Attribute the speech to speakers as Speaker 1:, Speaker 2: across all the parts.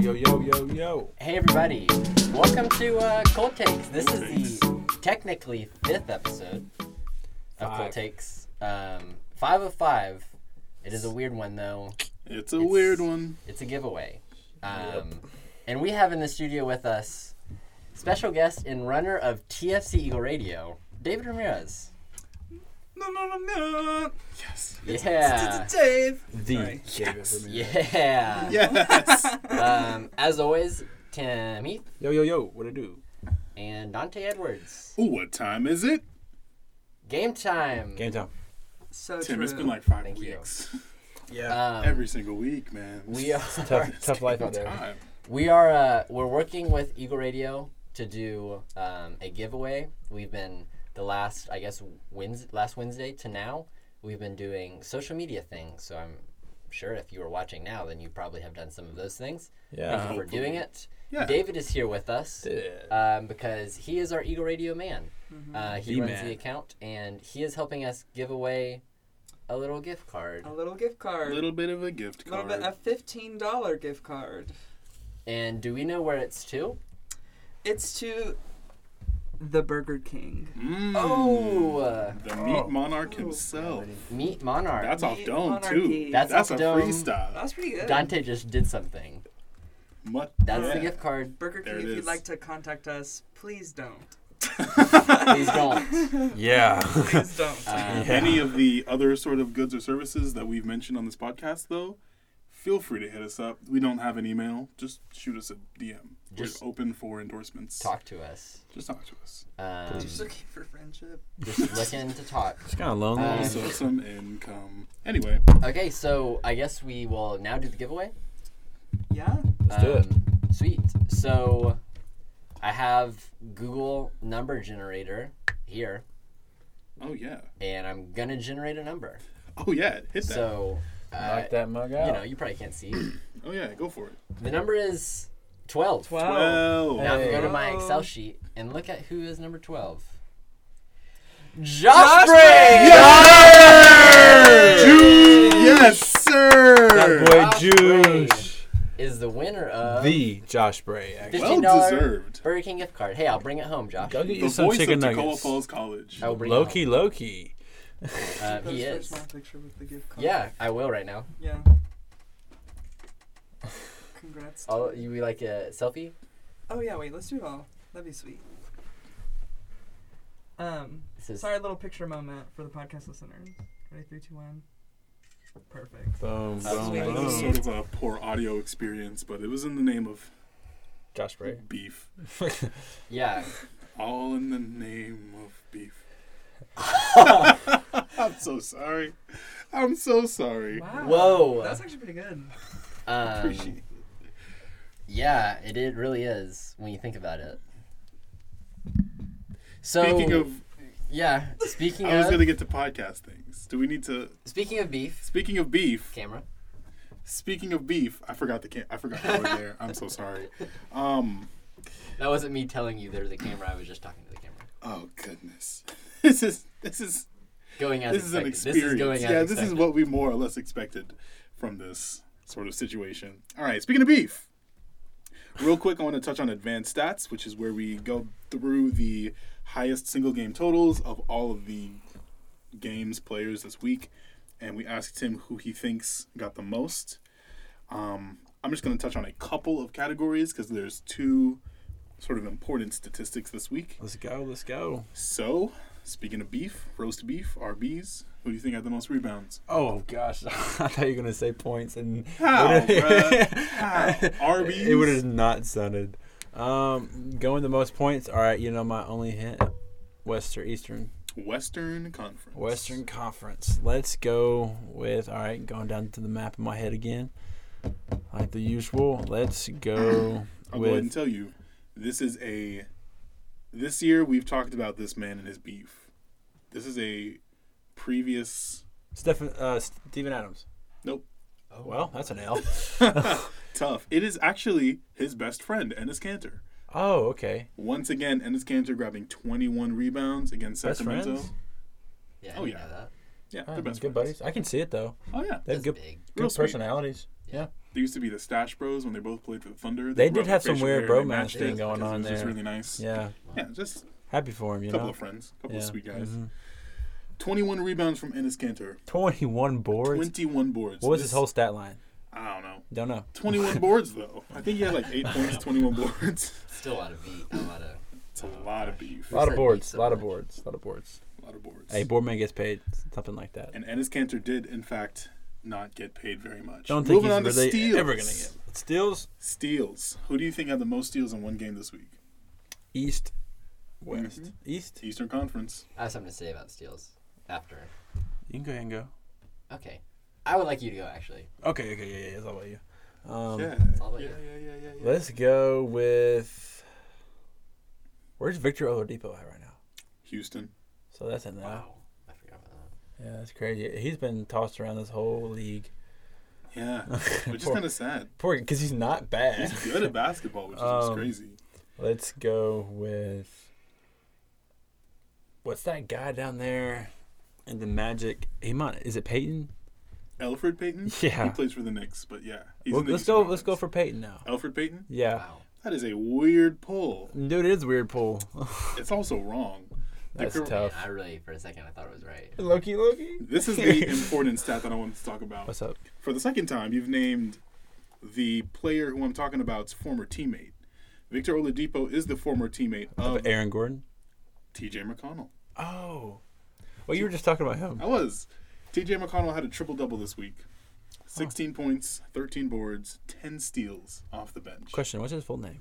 Speaker 1: Yo, yo, yo, yo.
Speaker 2: Hey everybody, welcome to uh, Cold Takes. This is the technically fifth episode of Cold
Speaker 1: Five.
Speaker 2: Takes. Um, five of five. It is a weird one though.
Speaker 3: It's a
Speaker 2: It's-
Speaker 3: weird one.
Speaker 2: It's a giveaway. Um, And we have in the studio with us special guest and runner of TFC Eagle Radio, David Ramirez.
Speaker 4: No, no, no, no.
Speaker 3: Yes.
Speaker 2: Yeah.
Speaker 4: Dave.
Speaker 1: The
Speaker 4: Sorry.
Speaker 1: yes.
Speaker 2: Yeah.
Speaker 3: Yes.
Speaker 2: Um, as always, Tim Heath
Speaker 1: Yo, yo, yo. What it do?
Speaker 2: and Dante Edwards.
Speaker 3: Ooh, what time is it?
Speaker 2: Game time.
Speaker 1: Game time.
Speaker 4: So
Speaker 3: Tim,
Speaker 4: true.
Speaker 3: it's been like five
Speaker 2: Thank you.
Speaker 3: weeks.
Speaker 1: Yeah.
Speaker 2: Um,
Speaker 3: Every single week, man.
Speaker 2: we are
Speaker 1: tough, tough life out there.
Speaker 3: Time.
Speaker 2: We are uh, we're working with Eagle Radio to do um, a giveaway. We've been the last I guess Wednesday, last Wednesday to now. We've been doing social media things. So I'm sure if you were watching now, then you probably have done some of those things. Thank
Speaker 1: Yeah.
Speaker 2: you for doing it.
Speaker 3: Yeah.
Speaker 2: David is here with us
Speaker 1: David.
Speaker 2: um, because he is our Eagle Radio man. Uh, he
Speaker 1: The
Speaker 2: runs
Speaker 1: man.
Speaker 2: the account and he is helping us give away a little gift card.
Speaker 4: a little gift
Speaker 3: A
Speaker 4: card.
Speaker 3: little bit of a gift
Speaker 4: A little
Speaker 3: card.
Speaker 4: bit a fifteen dollar gift card.
Speaker 2: And do we know where it's to?
Speaker 4: It's to the Burger King.
Speaker 3: Mm.
Speaker 2: Oh, uh,
Speaker 3: The meat monarch himself.
Speaker 2: meet Monarch.
Speaker 3: That's off
Speaker 4: Meat
Speaker 3: dome
Speaker 4: monarchy.
Speaker 3: too.
Speaker 2: That's
Speaker 3: That's
Speaker 2: off
Speaker 3: a
Speaker 2: dome.
Speaker 3: freestyle.
Speaker 4: That's pretty good.
Speaker 2: Dante just did something.
Speaker 3: Mu-
Speaker 2: That's the
Speaker 3: yeah.
Speaker 2: gift card.
Speaker 4: Burger King,
Speaker 3: There
Speaker 4: if
Speaker 3: it
Speaker 4: you'd
Speaker 3: is.
Speaker 4: like to contact us, please don't.
Speaker 2: Please don't.
Speaker 1: Yeah.
Speaker 4: Please don't.
Speaker 2: Uh,
Speaker 3: Any of the other sort of goods or services that we've mentioned on this podcast, though, feel free to hit us up. We don't have an email. Just shoot us a DM.
Speaker 2: Just-
Speaker 3: We're open for endorsements.
Speaker 2: talk to us.
Speaker 3: Just talk to us.
Speaker 2: Um,
Speaker 4: Just looking for friendship.
Speaker 2: just looking to talk.
Speaker 1: It's kind of lonely.
Speaker 2: Um,
Speaker 3: Also, some income. Anyway,
Speaker 2: Okay, so I guess we will now do the giveaway.
Speaker 4: Yeah.
Speaker 1: Let's do it.
Speaker 2: it. Sweet. So I have Google number generator here,
Speaker 3: oh yeah,
Speaker 2: and I'm gonna generate a number.
Speaker 3: oh yeah, hit that.
Speaker 2: So uh,
Speaker 1: Knock that mug out.
Speaker 2: you know you probably can't see.
Speaker 3: oh yeah, go for it.
Speaker 2: The number is twelve.
Speaker 4: Twelve.
Speaker 3: Well,
Speaker 2: Now
Speaker 1: Hey.
Speaker 2: go to my
Speaker 4: Twelve.
Speaker 2: Excel sheet and look at who is number twelve. Josh,
Speaker 4: Bray!
Speaker 2: Bray!
Speaker 3: yes,
Speaker 1: That
Speaker 3: sir.
Speaker 1: boy
Speaker 2: Josh
Speaker 1: Juice.
Speaker 2: is the winner of
Speaker 1: The Josh Bray. Actually.
Speaker 3: Well
Speaker 2: $15
Speaker 3: deserved.
Speaker 2: Burger King gift card. Hey, I'll bring it home, Josh.
Speaker 1: Go get
Speaker 3: The
Speaker 1: you some
Speaker 3: voice
Speaker 1: chicken
Speaker 3: of Tacoma
Speaker 1: nuggets.
Speaker 3: Falls College.
Speaker 2: I will bring
Speaker 1: Loki,
Speaker 2: It
Speaker 1: Loki.
Speaker 2: home. Uh, he
Speaker 4: Post-
Speaker 2: is.
Speaker 4: post my picture with the gift card.
Speaker 2: Yeah, I will right now.
Speaker 4: Yeah. Congrats. to-
Speaker 2: I'll, you be like a selfie.
Speaker 4: Oh yeah, wait. Let's do it all. That'd be sweet. Um.
Speaker 2: This is
Speaker 4: Sorry, little picture moment for the podcast listeners. Ready, three, two, one. Perfect.
Speaker 1: Boom, boom,
Speaker 4: sweet.
Speaker 3: That was
Speaker 1: boom.
Speaker 3: sort of a poor audio experience, but it was in the name of
Speaker 1: Josh Bray.
Speaker 3: beef.
Speaker 2: yeah.
Speaker 3: All in the name of beef. I'm so sorry. I'm so sorry.
Speaker 4: Wow.
Speaker 2: Whoa.
Speaker 4: That's actually pretty good.
Speaker 2: Um,
Speaker 3: Appreciate
Speaker 2: yeah, it, it really is when you think about it. So
Speaker 3: Speaking of,
Speaker 2: yeah, speaking
Speaker 3: I was
Speaker 2: of
Speaker 3: gonna get to podcast things. Do we need to?
Speaker 2: speaking of beef,
Speaker 3: Speaking of beef,
Speaker 2: camera.
Speaker 3: Speaking of beef, I forgot the can- I forgot the word there. I'm so sorry. Um.
Speaker 2: That wasn't me telling you there's a camera. I was just talking to the camera.
Speaker 3: Oh goodness. This is this is
Speaker 2: Going as
Speaker 3: this is an
Speaker 2: expected.
Speaker 3: experience.
Speaker 2: This is going as
Speaker 3: yeah, this is
Speaker 2: expected.
Speaker 3: what we more or less expected from this sort of situation. All right. Speaking of beef, real quick, I want to touch on advanced stats, which is where we go through the highest single game totals of all of the games players this week, and we asked him who he thinks got the most. Um, I'm just going to touch on a couple of categories because there's two sort of important statistics this week.
Speaker 1: Let's go, let's go.
Speaker 3: So, speaking of beef, roast beef, RBs, who do you think had the most rebounds?
Speaker 1: Oh gosh, I thought you were gonna say points and
Speaker 3: How, bruh? RBs?
Speaker 1: it would have not sounded. Um, going the most points. All right, you know my only hint. Western Eastern
Speaker 3: Western Conference.
Speaker 1: Western Conference. Let's go with all right. Going down to the map in my head again, like the usual. Let's go
Speaker 3: I'll go ahead and
Speaker 1: with
Speaker 3: tell you, this is a. This year we've talked about this man and his beef. This is a previous.
Speaker 1: Stephen uh, Stephen Adams.
Speaker 3: Nope.
Speaker 1: Oh well, that's an L.
Speaker 3: Tough. It is actually his best friend, Ennis Cantor.
Speaker 1: oh okay.
Speaker 3: Once again, Ennis Cantor grabbing 21 rebounds against
Speaker 1: Best
Speaker 3: Sacramento.
Speaker 1: friends?
Speaker 2: Yeah,
Speaker 3: Oh,
Speaker 2: you
Speaker 3: yeah.
Speaker 2: know that.
Speaker 3: Yeah,
Speaker 1: Oh,
Speaker 3: they're best
Speaker 1: good
Speaker 3: friends.
Speaker 1: buddies. I can see it though.
Speaker 3: Oh yeah,
Speaker 1: They have
Speaker 2: That's
Speaker 1: good,
Speaker 2: big.
Speaker 1: good
Speaker 3: Real sweet.
Speaker 1: personalities.
Speaker 3: There used to be the Stash Bros when they both played for the Thunder.
Speaker 1: They
Speaker 3: grew
Speaker 1: did
Speaker 3: up
Speaker 1: have
Speaker 3: with
Speaker 1: some
Speaker 3: facial
Speaker 1: weird
Speaker 3: hair and they
Speaker 1: bromance
Speaker 3: matched it
Speaker 1: thing going
Speaker 3: because
Speaker 1: on
Speaker 3: It was
Speaker 1: there.
Speaker 3: really nice. Yeah,
Speaker 1: Yeah,
Speaker 3: just
Speaker 1: happy for him,
Speaker 3: a
Speaker 1: you
Speaker 3: couple
Speaker 1: know.
Speaker 3: of friends, a couple
Speaker 1: yeah.
Speaker 3: of sweet guys.
Speaker 1: mhm.
Speaker 3: 21 rebounds from Ennis Cantor.
Speaker 1: 21 boards.
Speaker 3: 21 boards.
Speaker 1: What was
Speaker 3: This-
Speaker 1: his whole stat line?
Speaker 3: I don't know.
Speaker 1: Don't know.
Speaker 3: 21 boards though. I think he had like eight points, 21 boards.
Speaker 2: Still a lot of beat. A lot of. uh,
Speaker 3: It's a lot of beef.
Speaker 1: A
Speaker 3: A
Speaker 1: lot
Speaker 2: Said
Speaker 1: of
Speaker 2: beat
Speaker 1: boards.
Speaker 2: so
Speaker 1: A lot of
Speaker 2: much.
Speaker 1: boards. A lot of boards.
Speaker 3: lot of boards.
Speaker 1: Hey, board man gets paid. Something like that.
Speaker 3: And Ennis Cantor did, in fact, not get paid very much.
Speaker 1: Don't think
Speaker 3: Moving on to
Speaker 1: he's
Speaker 3: steals.
Speaker 1: really ever gonna get steals.
Speaker 3: steals. Who do you think had the most steals in one game this week?
Speaker 1: East, West,
Speaker 3: Mhm.
Speaker 1: East.
Speaker 3: Eastern Conference.
Speaker 2: I have something to say about steals after.
Speaker 1: You can go ahead and go.
Speaker 2: Okay, I would like you to go actually.
Speaker 1: Okay, okay, yeah, yeah, yeah. It's all about you. Um,
Speaker 3: yeah.
Speaker 2: all about
Speaker 3: yeah,
Speaker 2: you.
Speaker 3: yeah, yeah, yeah, yeah.
Speaker 1: Let's go with. Where's Victor Oladipo at right now?
Speaker 3: Houston.
Speaker 1: So that's in there.
Speaker 2: I forgot about that.
Speaker 1: Yeah, that's crazy. He's been tossed around this whole league.
Speaker 3: Yeah. Which is
Speaker 1: Poor-
Speaker 3: kind of sad.
Speaker 1: Poor, because he's not bad.
Speaker 3: He's good at basketball, which is what's
Speaker 1: Um,
Speaker 3: crazy.
Speaker 1: Let's go with what's that guy down there in the Magic? He might is it Peyton?
Speaker 3: Alfred Payton. He
Speaker 1: Yeah.
Speaker 3: plays for the Knicks, but yeah, he's
Speaker 1: Well,
Speaker 3: in the
Speaker 1: let's
Speaker 3: Eastern
Speaker 1: go. Let's go
Speaker 3: Conference.
Speaker 1: for Peyton now.
Speaker 3: Alfred Payton.
Speaker 1: Yeah,
Speaker 2: Wow.
Speaker 3: That is a weird pull.
Speaker 1: dude, it is weird pool.
Speaker 3: It's also wrong.
Speaker 1: That's
Speaker 3: Victor-
Speaker 1: tough.
Speaker 2: Man, I really, for a second, I thought it was right.
Speaker 1: Loki, Loki.
Speaker 3: This is the important stat that I wanted to talk about.
Speaker 1: What's up?
Speaker 3: For the second time, you've named the player who I'm talking about's former teammate. Victor Oladipo is the former teammate of
Speaker 1: Of Aaron Gordon.
Speaker 3: T.J. McConnell.
Speaker 1: Oh, well, you were just talking about him.
Speaker 3: I was. T.J. McConnell had a triple double this week. 16 points, 13 boards, 10 steals off the bench.
Speaker 1: Question: What's his full name?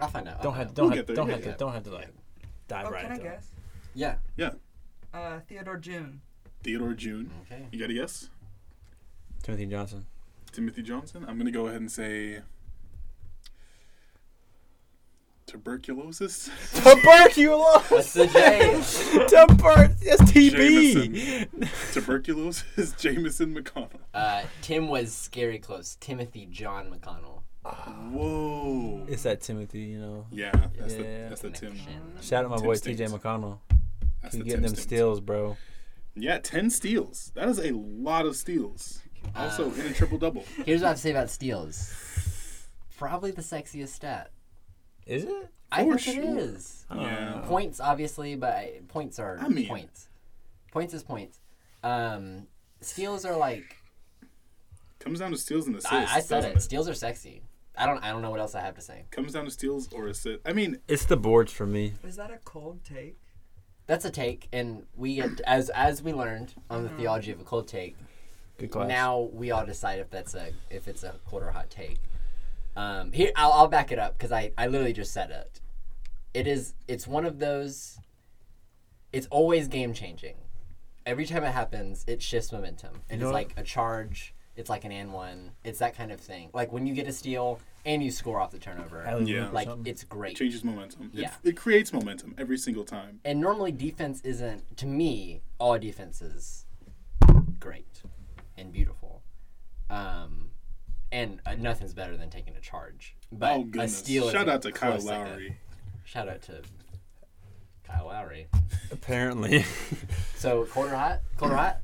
Speaker 2: I'll find out. I'll
Speaker 1: Don't
Speaker 2: find
Speaker 1: have,
Speaker 2: out.
Speaker 1: don't
Speaker 3: We'll
Speaker 1: have,
Speaker 3: get there,
Speaker 1: don't
Speaker 3: yeah,
Speaker 1: have to,
Speaker 2: yeah.
Speaker 1: don't have to like dive
Speaker 4: Uh, Oh,
Speaker 1: right
Speaker 4: can I
Speaker 1: into it.
Speaker 4: guess?
Speaker 2: Yeah.
Speaker 4: Uh, Theodore June.
Speaker 3: Theodore June.
Speaker 2: Okay.
Speaker 3: You got a guess?
Speaker 1: Timothy Johnson.
Speaker 3: Timothy Johnson. I'm going to go ahead and say tuberculosis.
Speaker 1: Tuberculosis.
Speaker 2: That's the J.
Speaker 1: Tuber. That's
Speaker 3: Jameson. tuberculosis. Jameson McConnell.
Speaker 2: Uh, Tim was scary close. Timothy John McConnell.
Speaker 3: Whoa.
Speaker 1: It's that Timothy, you know.
Speaker 3: Yeah, that's the
Speaker 1: Yeah.
Speaker 3: that's the Tim.
Speaker 2: Connection.
Speaker 1: Shout out my
Speaker 3: Tim
Speaker 1: boy
Speaker 3: Stevens.
Speaker 1: TJ McConnell.
Speaker 3: That's
Speaker 1: He's getting
Speaker 3: the Tim
Speaker 1: them
Speaker 3: Stevens.
Speaker 1: steals, bro.
Speaker 3: Yeah, ten steals. That is a lot of steals. Also in a triple double.
Speaker 2: Here's what I have to say about steals. Probably the sexiest stat.
Speaker 1: Is it?
Speaker 2: I
Speaker 3: For
Speaker 2: think
Speaker 3: sure.
Speaker 2: it is.
Speaker 1: Ah.
Speaker 3: Yeah.
Speaker 2: Points, obviously, but I- points are
Speaker 3: Uh, I mean-
Speaker 2: points. Points is points. Um, steals are like
Speaker 3: Comes down to steals and assists.
Speaker 2: I, I said
Speaker 3: doesn't
Speaker 2: it. Steals are sexy. I don't. I don't know what else I have to say.
Speaker 3: Comes down to steals or assists. I mean,
Speaker 1: It's the boards for me.
Speaker 4: Is that a cold take?
Speaker 2: That's a take, and we get as as we learned on the theology of a cold take.
Speaker 1: Good class.
Speaker 2: Now we all decide if that's a if it's a cold or hot take. Um, here I'll, I'll back it up because I I literally just said it. It is. It's one of those. It's always game changing. Every time it happens, it shifts momentum. It is
Speaker 1: know what?
Speaker 2: like a charge. It's like an and one. It's that kind of thing. Like when you get a steal and you score off the turnover.
Speaker 1: Hallelujah
Speaker 3: Yeah.
Speaker 1: or
Speaker 2: like
Speaker 1: something.
Speaker 2: it's great.
Speaker 3: changes momentum. It-
Speaker 2: Yeah.
Speaker 3: It, creates momentum every single time.
Speaker 2: And normally defense isn't to me all defense is great and beautiful. Um and uh, nothing's better than taking a charge. But
Speaker 3: oh
Speaker 2: a
Speaker 3: goodness!
Speaker 2: steal is
Speaker 3: Shout
Speaker 2: a
Speaker 3: out to Kyle
Speaker 2: close second.
Speaker 3: Lowry.
Speaker 2: Shout out to Kyle Lowry.
Speaker 1: apparently.
Speaker 2: So quarter hot, quarter hot.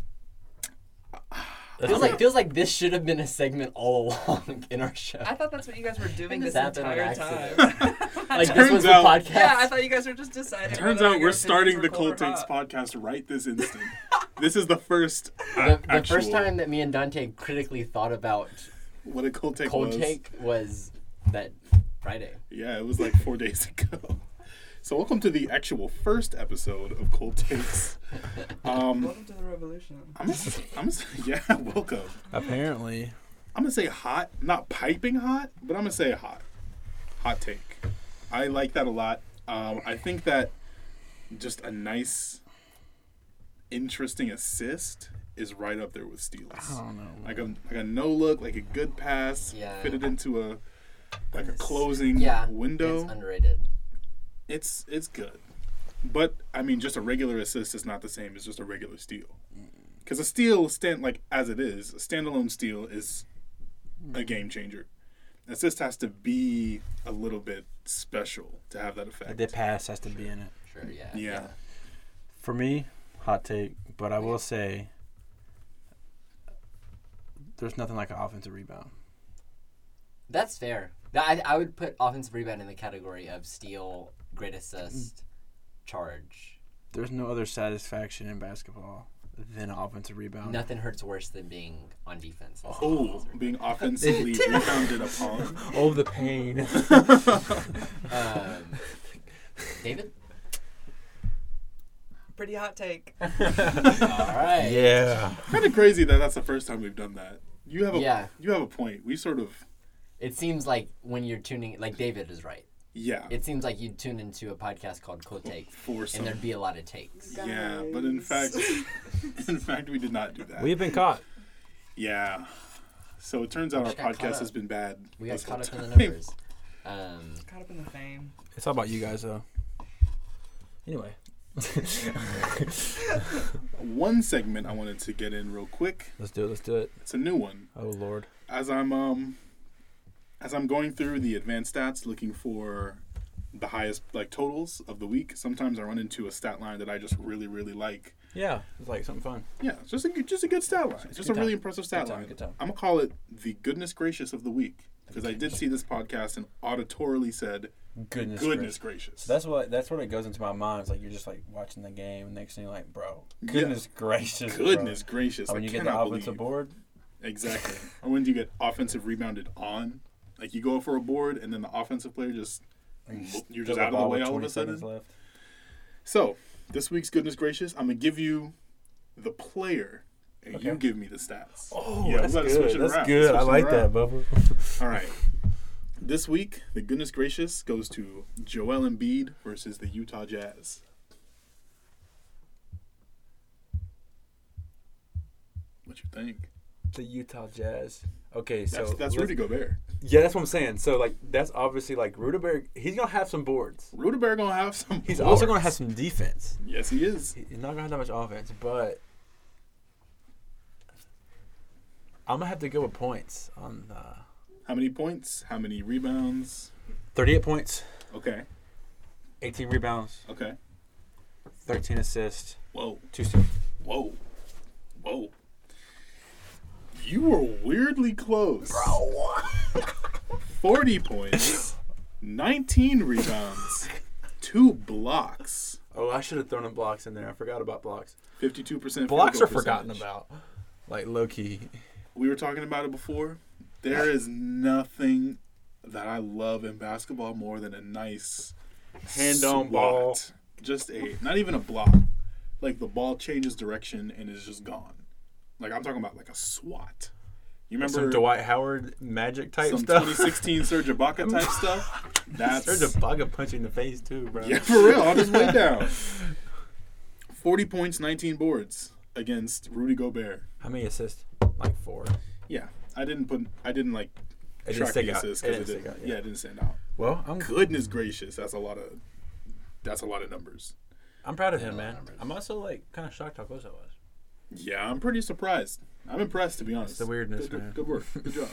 Speaker 2: Feels like feels like this should have been a segment all along in our show.
Speaker 4: I thought that's what you guys were doing
Speaker 2: this
Speaker 4: this
Speaker 2: happened on
Speaker 4: entire
Speaker 2: accident.
Speaker 4: time.
Speaker 2: Like this
Speaker 3: Turns
Speaker 2: was the
Speaker 3: out-
Speaker 2: podcast.
Speaker 4: yeah, I thought you guys were just deciding.
Speaker 3: Turns
Speaker 4: whether
Speaker 3: out
Speaker 4: your
Speaker 3: we're
Speaker 4: opinions
Speaker 3: starting
Speaker 4: were
Speaker 3: the
Speaker 4: cold or
Speaker 3: Cold Takes
Speaker 4: hot.
Speaker 3: podcast right this instant. this is the first.
Speaker 2: the,
Speaker 3: uh,
Speaker 2: the first
Speaker 3: actual-
Speaker 2: time that me and Dante critically thought about
Speaker 3: What a cold take
Speaker 2: cold
Speaker 3: was.
Speaker 2: take was that Friday.
Speaker 3: Yeah, it was like four days ago. So welcome to the actual first episode of Cold Takes. Um,
Speaker 4: Welcome to the revolution.
Speaker 3: I'm gonna, s- I'm gonna, s- yeah, welcome.
Speaker 1: apparently.
Speaker 3: I'm gonna say hot, not piping hot, but I'm gonna say hot. Hot take. I like that a lot. Um, I think that just a nice, interesting assist is right up there with steals.
Speaker 1: don't know.
Speaker 3: Like a like a no look, like a good pass,
Speaker 2: Yeah.
Speaker 3: fitted into a like a closing
Speaker 2: Yeah,
Speaker 3: window.
Speaker 2: It's underrated.
Speaker 3: It's it's good, but I mean, just a regular assist is not the same as just a regular steal. Because a steal stand like as it is, a standalone steal is a game changer. Assist has to be a little bit special to have that effect.
Speaker 1: The pass has to be in it.
Speaker 2: Sure, yeah.
Speaker 3: yeah,
Speaker 1: For me, hot take, but I will say there's nothing like an offensive rebound.
Speaker 2: That's fair. Th- I, I would put offensive rebound in the category of steal, great assist, charge.
Speaker 1: There's no other satisfaction in basketball than an offensive rebound.
Speaker 2: Nothing hurts worse than being on defense. That's
Speaker 3: Oh, being offensively rebounded upon.
Speaker 1: Oh, the pain.
Speaker 2: it. Um, David?
Speaker 4: Pretty hot take.
Speaker 2: All right.
Speaker 1: yeah.
Speaker 3: kind of crazy that that's the first time we've done that. You have a
Speaker 2: Yeah.
Speaker 3: you have a point. We sort of
Speaker 2: It seems like when you're tuning, like David is right.
Speaker 3: yeah
Speaker 2: It seems like you'd tune into a podcast called Cool Take,
Speaker 3: force
Speaker 2: and
Speaker 3: some.
Speaker 2: there's there'd be a lot of takes.
Speaker 3: Yeah, but in
Speaker 4: Guys.
Speaker 3: fact, in fact, we did not do that.
Speaker 1: We've been caught.
Speaker 3: yeah. So it turns out our
Speaker 2: just got caught
Speaker 3: podcast has
Speaker 2: up.
Speaker 3: been bad.
Speaker 2: We got
Speaker 3: this
Speaker 2: caught up
Speaker 3: whole
Speaker 2: in the
Speaker 3: time.
Speaker 2: numbers. Um,
Speaker 4: Caught up in the fame.
Speaker 1: It's all about you guys, though. Anyway.
Speaker 3: One segment I wanted to get in real quick.
Speaker 1: Let's do it. Let's do it.
Speaker 3: It's a new one.
Speaker 1: Oh, Lord.
Speaker 3: As I'm um, as I'm going through the advanced stats, looking for the highest like totals of the week. Sometimes I run into a stat line that I just really really like.
Speaker 1: Yeah. It's like something fun.
Speaker 3: Yeah, it's just a good- just a good stat line. It's just
Speaker 1: Good
Speaker 3: a really
Speaker 1: time.
Speaker 3: impressive stat
Speaker 1: Good time,
Speaker 3: line.
Speaker 1: good time.
Speaker 3: I'm gonna call it the goodness gracious of the week because I did see this podcast and auditorily said
Speaker 1: Goodness.
Speaker 3: goodness gracious.
Speaker 1: So that's what that's what it goes into my mind. It's like you're just like watching the game, and next thing you're like, bro, goodness gracious, bro.
Speaker 3: goodness gracious.
Speaker 1: And when
Speaker 3: I
Speaker 1: you get the
Speaker 3: cannot
Speaker 1: offensive
Speaker 3: believe.
Speaker 1: board,
Speaker 3: Exactly. or when you get offensive rebounded on, like you go for a board and then the offensive player just you're just
Speaker 1: double
Speaker 3: out of the
Speaker 1: ball
Speaker 3: way
Speaker 1: with
Speaker 3: all of
Speaker 1: 20
Speaker 3: a sudden.
Speaker 1: seconds Left.
Speaker 3: So this week's goodness gracious, I'm gonna give you the player. And you
Speaker 1: Okay.
Speaker 3: give me the stats.
Speaker 1: Oh,
Speaker 3: Yeah, we
Speaker 1: that's
Speaker 3: gotta
Speaker 1: good.
Speaker 3: switch it
Speaker 1: that's
Speaker 3: around.
Speaker 1: good.
Speaker 3: Switch
Speaker 1: I
Speaker 3: it
Speaker 1: like
Speaker 3: around.
Speaker 1: that, Bubba.
Speaker 3: All right. This week, the goodness gracious goes to Joel Embiid versus the Utah Jazz. What you think?
Speaker 1: The Utah Jazz. Okay, so
Speaker 3: That's, that's Rudy Gobert.
Speaker 1: Yeah, that's what I'm saying. So like, that's obviously like Rudeberg. He's gonna have some boards.
Speaker 3: Rudy Gobert gonna have some.
Speaker 1: He's also gonna
Speaker 3: boards.
Speaker 1: have some defense.
Speaker 3: Yes, he is.
Speaker 1: He- He's not gonna have that much offense, but I'm gonna have to go with points on uh,
Speaker 3: How many points? How many rebounds?
Speaker 1: 38 points,
Speaker 3: Okay.
Speaker 1: 18 rebounds,
Speaker 3: Okay.
Speaker 1: 13 assists,
Speaker 3: Whoa.
Speaker 1: two steals.
Speaker 3: Whoa. Whoa. You were weirdly close. Bro. 40 points, 19 rebounds, 2 blocks,
Speaker 1: Oh, I should have thrown in blocks in there. I forgot about blocks.
Speaker 3: 52% field
Speaker 1: Blocks
Speaker 3: goal
Speaker 1: are forgotten
Speaker 3: percentage.
Speaker 1: about. Like low key.
Speaker 3: We were talking about it before. There is nothing that I love in basketball more than a nice
Speaker 1: Hand on ball.
Speaker 3: swat. Just a not even a block. Like the ball changes direction and is just gone. Like I'm talking about like a swat. You
Speaker 1: Some
Speaker 3: remember
Speaker 1: Dwight Howard magic type
Speaker 3: some
Speaker 1: stuff.
Speaker 3: 2016 Serge Ibaka type stuff. That's
Speaker 1: There's a bug of punch in the face too, bro.
Speaker 3: yeah, for real. On his way down. 40 points, 19 boards against Rudy Gobert.
Speaker 1: How many assists? Like four.
Speaker 3: Yeah, I didn't put. I didn't like
Speaker 1: It didn't
Speaker 3: track the
Speaker 1: stick out.
Speaker 3: assists
Speaker 1: It
Speaker 3: 'cause
Speaker 1: didn't
Speaker 3: it
Speaker 1: stick
Speaker 3: didn't.
Speaker 1: out,
Speaker 3: yeah.
Speaker 1: yeah.
Speaker 3: it didn't stand out.
Speaker 1: Well, I'm
Speaker 3: Goodness gracious, that's a lot of. That's a lot of numbers.
Speaker 1: I'm proud of him,
Speaker 2: Yeah,
Speaker 1: man.
Speaker 2: numbers.
Speaker 1: I'm also like kind of shocked how close I was.
Speaker 3: Yeah, I'm pretty surprised. I'm impressed to be honest.
Speaker 1: the weirdness,
Speaker 3: Good, good-
Speaker 1: man.
Speaker 3: good work. Good job.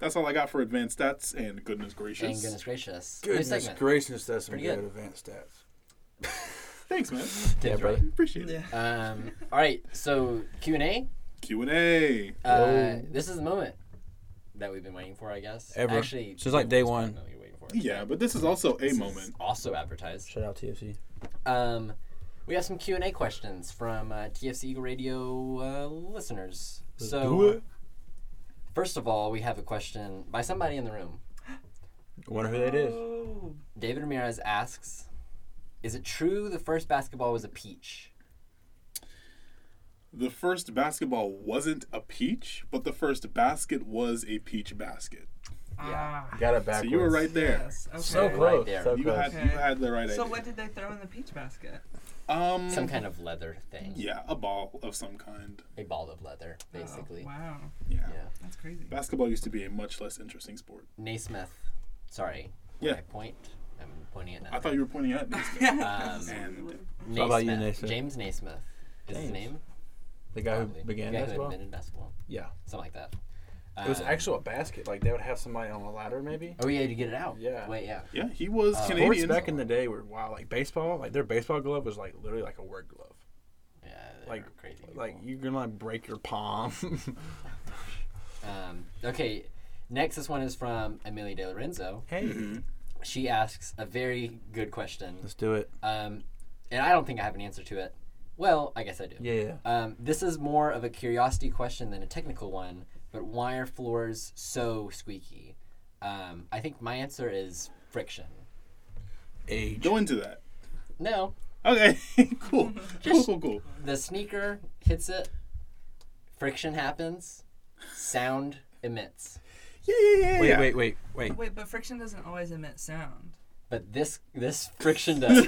Speaker 3: That's all I got for advanced stats and goodness gracious.
Speaker 2: Thank goodness gracious. New
Speaker 1: Goodness
Speaker 2: segment.
Speaker 1: gracious, that's some
Speaker 2: Pretty
Speaker 1: good
Speaker 2: good.
Speaker 1: advanced stats.
Speaker 3: Thanks, man.
Speaker 1: Yeah,
Speaker 2: Tim's
Speaker 1: brother.
Speaker 2: right.
Speaker 3: Appreciate it.
Speaker 4: Yeah.
Speaker 2: Um, all right, so Q and A.
Speaker 3: Q and A.
Speaker 2: Uh, this is the moment that we've been waiting for, I guess.
Speaker 1: Ever.
Speaker 2: Actually,
Speaker 1: Since, like, day one.
Speaker 2: that you're waiting for.
Speaker 3: Yeah, but this is also a
Speaker 2: This is
Speaker 3: moment.
Speaker 2: also advertised.
Speaker 1: Shout out TFC.
Speaker 2: Um, we have some Q and A questions from uh, TFC Eagle Radio uh, listeners. so, first of all, we have a question by somebody in the room.
Speaker 1: Wonder who that is.
Speaker 4: Oh,
Speaker 2: David Ramirez asks, "Is it true the first basketball was a peach?"
Speaker 3: The first basketball wasn't a peach, but the first basket was a peach basket.
Speaker 4: ah,
Speaker 1: Got it backwards.
Speaker 3: So you were right there.
Speaker 4: yes. Okay.
Speaker 1: So
Speaker 2: Right
Speaker 1: close.
Speaker 2: there.
Speaker 1: So
Speaker 3: You
Speaker 1: close.
Speaker 3: had you had the right
Speaker 4: So
Speaker 3: idea.
Speaker 4: what did they throw in the peach basket?
Speaker 3: Um,
Speaker 2: Some kind of leather thing.
Speaker 3: yeah, a ball of some kind.
Speaker 2: A ball of leather, basically.
Speaker 4: Oh, wow,
Speaker 3: Yeah.
Speaker 2: Yeah.
Speaker 4: that's crazy.
Speaker 3: Basketball used to be a much less interesting sport.
Speaker 2: Naismith. Sorry.
Speaker 3: Yeah.
Speaker 2: My point. I'm pointing at
Speaker 3: I
Speaker 2: nothing.
Speaker 3: thought you were pointing at me.
Speaker 4: Yeah.
Speaker 2: Um,
Speaker 3: And
Speaker 2: Naismith.
Speaker 1: How about you, Naismith?
Speaker 2: James Naismith. Is his
Speaker 1: James.
Speaker 2: name?
Speaker 1: The guy
Speaker 2: Probably.
Speaker 1: who began
Speaker 2: The guy who
Speaker 1: basketball.
Speaker 2: invented basketball.
Speaker 1: Yeah,
Speaker 2: Something like that.
Speaker 1: it was
Speaker 2: Um,
Speaker 1: actual basket. Like they would have somebody on a ladder, maybe.
Speaker 2: Oh yeah, to get it out.
Speaker 1: Yeah.
Speaker 2: Wait, yeah.
Speaker 3: yeah, he was
Speaker 2: Uh,
Speaker 1: Sports
Speaker 3: Canadian.
Speaker 1: back in the day were wow. Like baseball, like their baseball glove was like literally like a work glove.
Speaker 2: Yeah.
Speaker 1: like-
Speaker 2: are crazy.
Speaker 1: Like
Speaker 2: people.
Speaker 1: you're gonna like break your palm.
Speaker 2: Um, okay, next this one is from Amelia De Lorenzo.
Speaker 1: hey,
Speaker 2: She asks a very good question,
Speaker 1: let's do it.
Speaker 2: um, and I don't think I have an answer to it. Well, I guess I do.
Speaker 1: Yeah.
Speaker 2: Um, this is more of a curiosity question than a technical one, but why are floors so squeaky? Um, I think my answer is friction.
Speaker 1: Age.
Speaker 3: Go into that.
Speaker 2: No,
Speaker 3: Okay, cool. cool, cool, cool.
Speaker 2: the sneaker hits it, friction happens, sound emits.
Speaker 3: Yeah, yeah, yeah.
Speaker 1: Wait,
Speaker 3: yeah.
Speaker 1: wait, wait, wait.
Speaker 4: Wait, but friction doesn't always emit sound.
Speaker 2: But this this friction does.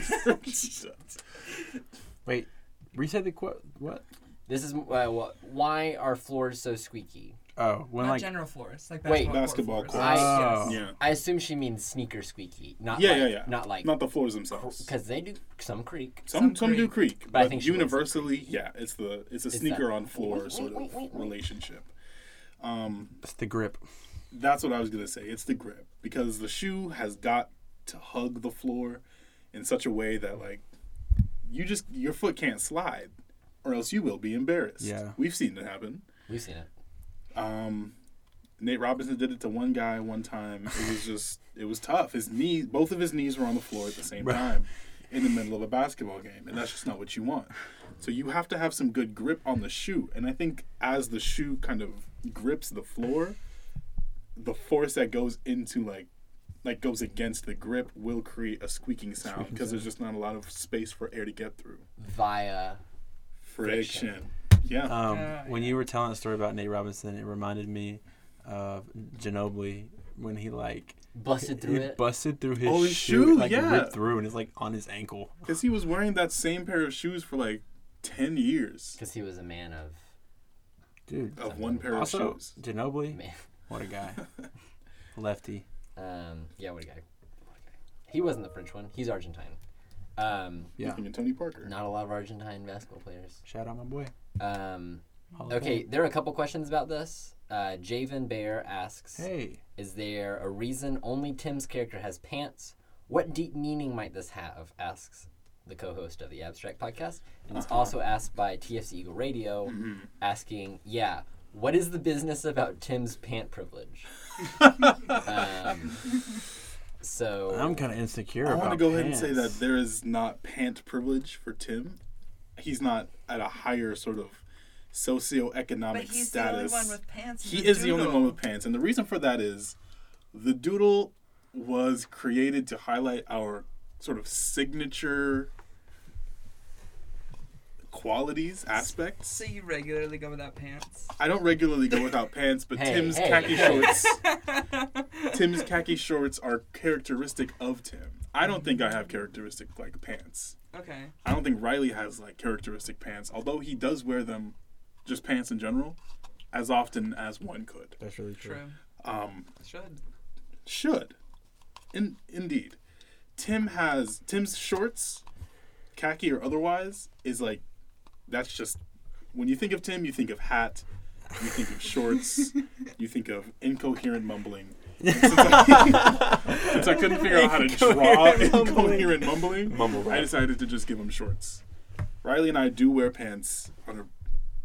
Speaker 1: Wait, reset the qu- what?
Speaker 2: this is uh, wh- why are floors so squeaky?
Speaker 1: Oh, when
Speaker 4: Not
Speaker 1: like
Speaker 4: general floors, like
Speaker 2: Wait.
Speaker 4: basketball,
Speaker 3: Basketball
Speaker 4: court
Speaker 3: courts.
Speaker 4: floors.
Speaker 1: Oh.
Speaker 4: Yes.
Speaker 3: Yeah.
Speaker 2: I assume she means sneaker squeaky, not
Speaker 3: Yeah,
Speaker 2: like,
Speaker 3: yeah, yeah.
Speaker 2: not like
Speaker 3: Not the floors themselves.
Speaker 2: because they do some creak.
Speaker 3: Some
Speaker 4: Some
Speaker 3: some do creak, but,
Speaker 2: But I think she wins.
Speaker 3: universally, yeah, it's the it's a
Speaker 2: that-
Speaker 3: sneaker on floor sort of relationship.
Speaker 1: it's the grip.
Speaker 3: That's what I was gonna say. It's the grip because the shoe has got to hug the floor in such a way that like you just your foot can't slide, or else you will be embarrassed.
Speaker 1: Yeah.
Speaker 3: we've seen it happen.
Speaker 2: We've seen it.
Speaker 3: Nate Robinson did it to one guy one time. It was just it was tough. His knees, both of his knees were on the floor at the same time in the middle of a basketball game, and that's just not what you want. So you have to have some good grip on the shoe, and I think as the shoe kind of grips the floor, the force that goes into like like goes against the grip will create a squeaking sound because there's just not a lot of space for air to get through.
Speaker 2: Via
Speaker 3: Friction. Yeah.
Speaker 1: Um,
Speaker 4: Oh,
Speaker 1: when you were telling the story about Nate Robinson, it reminded me of Ginobili when he like
Speaker 2: busted through
Speaker 1: he
Speaker 2: it.
Speaker 1: busted through his,
Speaker 3: Oh, his
Speaker 1: shoe,
Speaker 3: shoe,
Speaker 1: like
Speaker 3: yeah.
Speaker 1: ripped through, and it's like on his ankle.
Speaker 3: Cuz he was wearing that same pair of shoes for like 10 years.
Speaker 2: Because he was a man of
Speaker 1: Dude.
Speaker 3: of one pair
Speaker 1: Also,
Speaker 3: of Oh, shoes.
Speaker 1: Ginobili,
Speaker 2: man.
Speaker 1: what a guy. Lefty.
Speaker 2: Um, yeah, what a guy. What a guy. He wasn't the French one. He's Argentine. Um,
Speaker 1: Yeah.
Speaker 3: Even Tony Parker.
Speaker 2: not a lot of Argentine basketball players.
Speaker 1: Shout out my boy.
Speaker 2: Um,
Speaker 1: Hall of
Speaker 2: okay,
Speaker 1: Fame.
Speaker 2: there are a couple questions about this. Uh, Javen Bear asks,
Speaker 1: Hey.
Speaker 2: "Is there a reason only Tim's character has pants? What deep meaning might this have?" asks the co-host of the Abstract Podcast, and it's also asked by TFC Eagle Radio, asking, "Yeah, what is the business about Tim's pant privilege?" um, so
Speaker 1: I'm kind of insecure.
Speaker 3: I
Speaker 1: want to
Speaker 3: go ahead and say that there is not pant privilege for Tim. He's not at a higher sort of socioeconomic
Speaker 4: But he's the only
Speaker 3: status.
Speaker 4: one with pants. in
Speaker 3: he
Speaker 4: the
Speaker 3: is the only
Speaker 4: doodle.
Speaker 3: one with pants, and the reason for that is the doodle was created to highlight our sort of signature qualities aspects.
Speaker 4: So you regularly go without pants.
Speaker 3: I don't regularly go without pants, but
Speaker 2: Hey,
Speaker 3: Tim's
Speaker 2: hey,
Speaker 3: khaki
Speaker 2: hey.
Speaker 3: shorts. Tim's khaki shorts are characteristic of Tim. I don't think I have characteristic like pants.
Speaker 4: Okay.
Speaker 3: I don't think Riley has like characteristic pants, although he does wear them, just pants in general, as often as one could.
Speaker 1: That's really true.
Speaker 4: True.
Speaker 3: Um,
Speaker 4: Should.
Speaker 3: should, in indeed, Tim has Tim's shorts, khaki or otherwise, is like, that's just when you think of Tim, you think of hat, you think of shorts, you think of incoherent mumbling. Since I, since I couldn't figure out how to draw
Speaker 1: Incoherent mumbling.
Speaker 3: incoherent mumbling,
Speaker 1: Mumble
Speaker 3: I
Speaker 1: rap.
Speaker 3: decided to just give him shorts. Riley and I do wear pants on a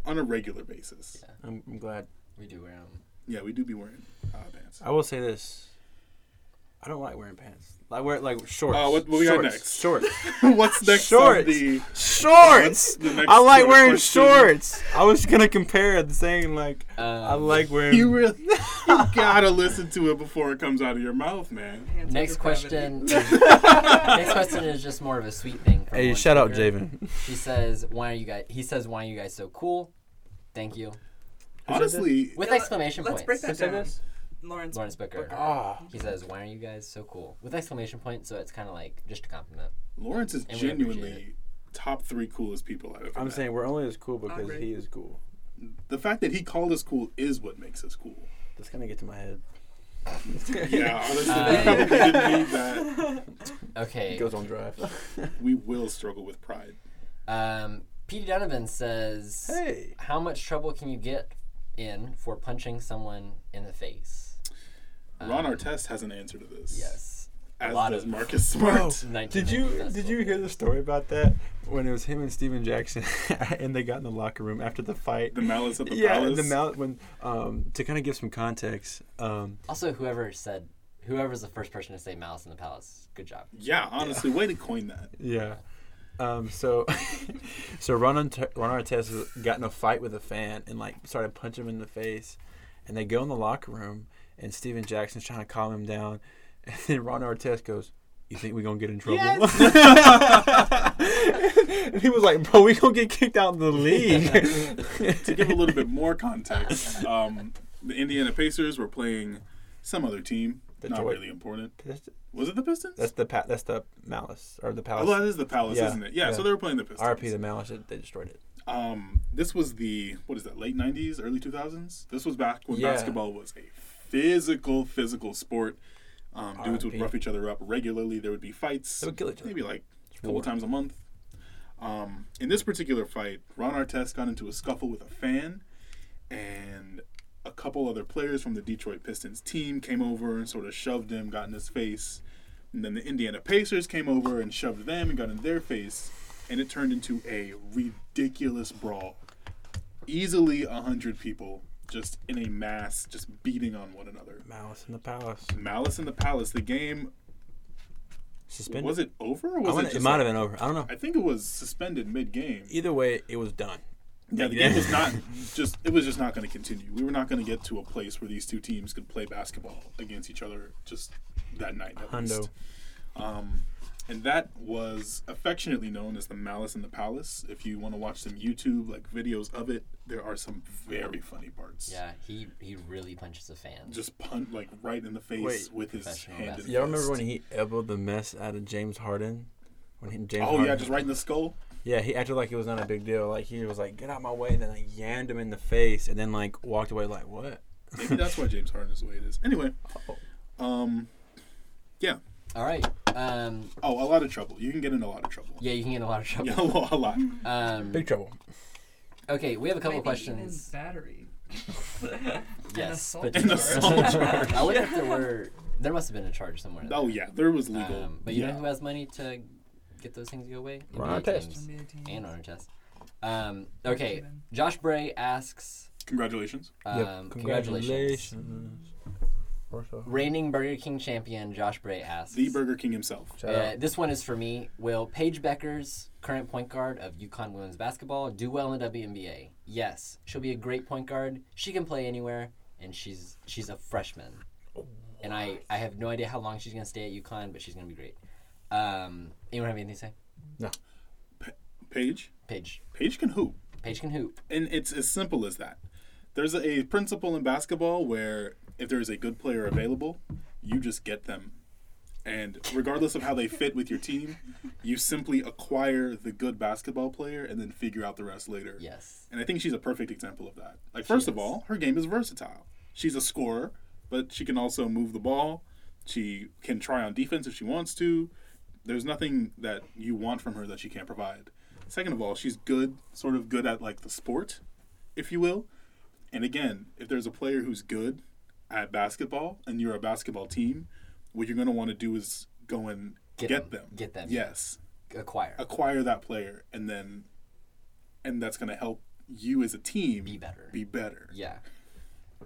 Speaker 3: on a regular basis.
Speaker 1: I'm, I'm glad.
Speaker 2: we do wear 'em.
Speaker 3: Yeah, we do be wearing uh, pants.
Speaker 1: I will say this. I don't like wearing pants. I wear like shorts.
Speaker 3: Uh, what- what we got
Speaker 1: shorts,
Speaker 3: next?
Speaker 1: Shorts.
Speaker 3: What's next? on
Speaker 1: Shorts.
Speaker 3: the-
Speaker 1: shorts.
Speaker 3: the next
Speaker 1: I like
Speaker 3: Twitter
Speaker 1: wearing
Speaker 3: question?
Speaker 1: shorts. I was gonna compare the saying like I
Speaker 2: Um,
Speaker 1: like wearing.
Speaker 3: you really you gotta listen to it before it comes out of your mouth, man.
Speaker 4: Pants are
Speaker 2: Next
Speaker 4: depravity.
Speaker 2: question. next question is just more of a sweet thing. from
Speaker 1: hey,
Speaker 2: one
Speaker 1: shout out
Speaker 2: speaker.
Speaker 1: Javen.
Speaker 2: She says, "Why are you guys?" He says, "Why are you guys so cool?" Thank you.
Speaker 3: Honestly,
Speaker 2: With
Speaker 4: Yeah, let-
Speaker 2: exclamation
Speaker 4: Let's
Speaker 2: points.
Speaker 4: break that down.
Speaker 1: this?
Speaker 4: Lawrence,
Speaker 2: Lawrence Booker.
Speaker 1: Ah,
Speaker 2: He says, "Why are you guys so cool?" With exclamation point, so it's kind of like just a compliment.
Speaker 3: Lawrence is
Speaker 2: And we appreciate
Speaker 3: genuinely top three coolest people I've ever
Speaker 1: I'm
Speaker 3: met.
Speaker 1: saying we're only as cool because
Speaker 4: agree.
Speaker 1: he is cool.
Speaker 3: the fact that he called us cool is what makes us cool.
Speaker 1: That's gonna get to my head.
Speaker 3: Yeah, honestly, we
Speaker 2: Uh,
Speaker 3: probably didn't need that.
Speaker 1: It
Speaker 2: Okay.
Speaker 1: goes on drive.
Speaker 3: We will struggle with pride.
Speaker 2: Um, Pete Donovan says,
Speaker 1: hey,
Speaker 2: "How much trouble can you get in for punching someone in the face?"
Speaker 3: Ron Artest has an answer to this.
Speaker 2: Uh, Yes.
Speaker 3: as
Speaker 2: lot
Speaker 3: does
Speaker 2: of-
Speaker 3: Marcus Smart.
Speaker 1: Did you did you hear the story about that when it was him and Steven Jackson and they got in the locker room after the fight?
Speaker 3: The malice of the
Speaker 1: yeah,
Speaker 3: palace.
Speaker 1: the mount when um, to kind of give some context. Um,
Speaker 2: Also, whoever said, whoever's the first person to say Malice in the Palace, good job.
Speaker 3: yeah, honestly, way to coin that.
Speaker 1: yeah. Um, so, so Ron, Art- Ron Artest got in a fight with a fan and like started punching him in the face, and they go in the locker room and Steven Jackson's trying to calm him down, and then Ron Artest goes, "You think we gonna get in trouble?" and he was like, "Bro, we gonna get kicked out of the league."
Speaker 3: to give a little bit more context, um, the Indiana Pacers were playing some other team. not
Speaker 1: Detroit.
Speaker 3: really important.
Speaker 1: That's-
Speaker 3: Was it the Pistons?
Speaker 1: That's the pa- that's the malice or the palace.
Speaker 3: Although that is the Palace,
Speaker 1: Yeah,
Speaker 3: isn't it? Yeah,
Speaker 1: yeah.
Speaker 3: So they were playing the Pistons.
Speaker 1: RP the malice. They they destroyed it.
Speaker 3: Um, this was the what is that? Late '90s, early 2000s. This was back when
Speaker 1: Yeah.
Speaker 3: basketball was a physical, physical sport. Um, dudes would
Speaker 1: RIP.
Speaker 3: rough each other up regularly. There would be fights.
Speaker 1: They would kill each other.
Speaker 3: Maybe like a couple
Speaker 1: war.
Speaker 3: times a month. Um, in this particular fight, Ron Artest got into a scuffle with a fan, and a couple other players from the Detroit Pistons team came over and sort of shoved him, got in his face. And then the Indiana Pacers came over and shoved them and got in their face, and it turned into a ridiculous brawl. Easily a hundred people just in a mass, just beating on one another.
Speaker 1: Malice in the palace.
Speaker 3: Malice in the Palace. The game
Speaker 1: Suspended.
Speaker 3: was it over? Or
Speaker 1: I
Speaker 3: was
Speaker 1: wanna-
Speaker 3: it?
Speaker 1: it
Speaker 3: Just
Speaker 1: might have been over. I don't know.
Speaker 3: I think it was suspended mid game.
Speaker 1: Either way, it was done.
Speaker 3: Yeah, the game was not just it was just not going to continue. We were not going to get to a place where these two teams could play basketball against each other just that night. At
Speaker 1: Hundo.
Speaker 3: least. Um, and that was affectionately known as the Malice in the Palace. If you want to watch some YouTube like videos of it, there are some very funny parts.
Speaker 2: Yeah, he he really punches a fan.
Speaker 3: Just punt like right in the face
Speaker 1: Wait.
Speaker 3: with his
Speaker 2: Professional
Speaker 3: hand. in
Speaker 2: basketball.
Speaker 3: the
Speaker 1: Y'all remember
Speaker 3: fist.
Speaker 1: when he elbowed the mess out of James Harden? When he, James
Speaker 3: Oh
Speaker 1: Harden,
Speaker 3: yeah, just right in the skull.
Speaker 1: Yeah, he acted like it was not a big deal. Like he was like, "Get out my way!" Then I yammed him in the face, and then like walked away. Like what?
Speaker 3: Maybe that's why James Harden is the way it is. Anyway,
Speaker 1: Oh.
Speaker 3: um, yeah.
Speaker 2: All right. Um,
Speaker 3: Oh, a lot of trouble. You can get in a lot of trouble.
Speaker 2: yeah, you can get in a lot of trouble.
Speaker 3: Yeah, well, a lot.
Speaker 2: Um,
Speaker 1: Big trouble.
Speaker 2: okay, we have a couple
Speaker 4: Maybe
Speaker 2: questions.
Speaker 4: Even battery.
Speaker 2: Yes,
Speaker 4: assault
Speaker 2: but
Speaker 3: An assault charge.
Speaker 2: I wonder if there were. There must have been a charge somewhere.
Speaker 3: Oh yeah, there was legal.
Speaker 2: Um, but you
Speaker 3: yeah.
Speaker 2: know who has money to get those things to go away?
Speaker 1: Ron
Speaker 2: NBA
Speaker 1: Artest.
Speaker 2: teams
Speaker 4: NBA team.
Speaker 2: And on test. Um, okay,
Speaker 4: Benjamin.
Speaker 2: Josh Bray asks.
Speaker 3: Congratulations.
Speaker 2: Um, congratulations. Reigning Burger King champion Josh Bray asks.
Speaker 3: The Burger King himself.
Speaker 1: Shout
Speaker 2: Uh,
Speaker 1: out.
Speaker 2: this one is for me. Will Paige Beckers, current point guard of UConn women's basketball, do well in the WNBA? Yes, she'll be a great point guard. She can play anywhere, and she's she's a freshman. And I, I have no idea how long she's gonna stay at UConn, but she's gonna be great. Um, anyone have anything to say?
Speaker 3: Paige.
Speaker 2: Paige.
Speaker 3: Paige can hoop,
Speaker 2: Paige can hoop.
Speaker 3: and it's as simple as that. There's a principle in basketball where if there is a good player available, you just get them, and regardless of how they fit with your team, you simply acquire the good basketball player and then figure out the rest later.
Speaker 2: Yes.
Speaker 3: And I think she's a perfect example of that. Like, first of
Speaker 2: is.
Speaker 3: all, her game is versatile. She's a scorer, but she can also move the ball. She can try on defense if she wants to. There's nothing that you want from her that she can't provide. Second of all, she's good, sort of good at like the sport, if you will. And again, if there's a player who's good at basketball and you're a basketball team, what you're going to want to do is go and
Speaker 2: Get
Speaker 3: get,
Speaker 2: them.
Speaker 3: them.
Speaker 2: Get them.
Speaker 3: Yes
Speaker 2: Acquire.
Speaker 3: acquire that player and then and that's going to help you as a team
Speaker 2: Be better.
Speaker 3: be better
Speaker 2: yeah.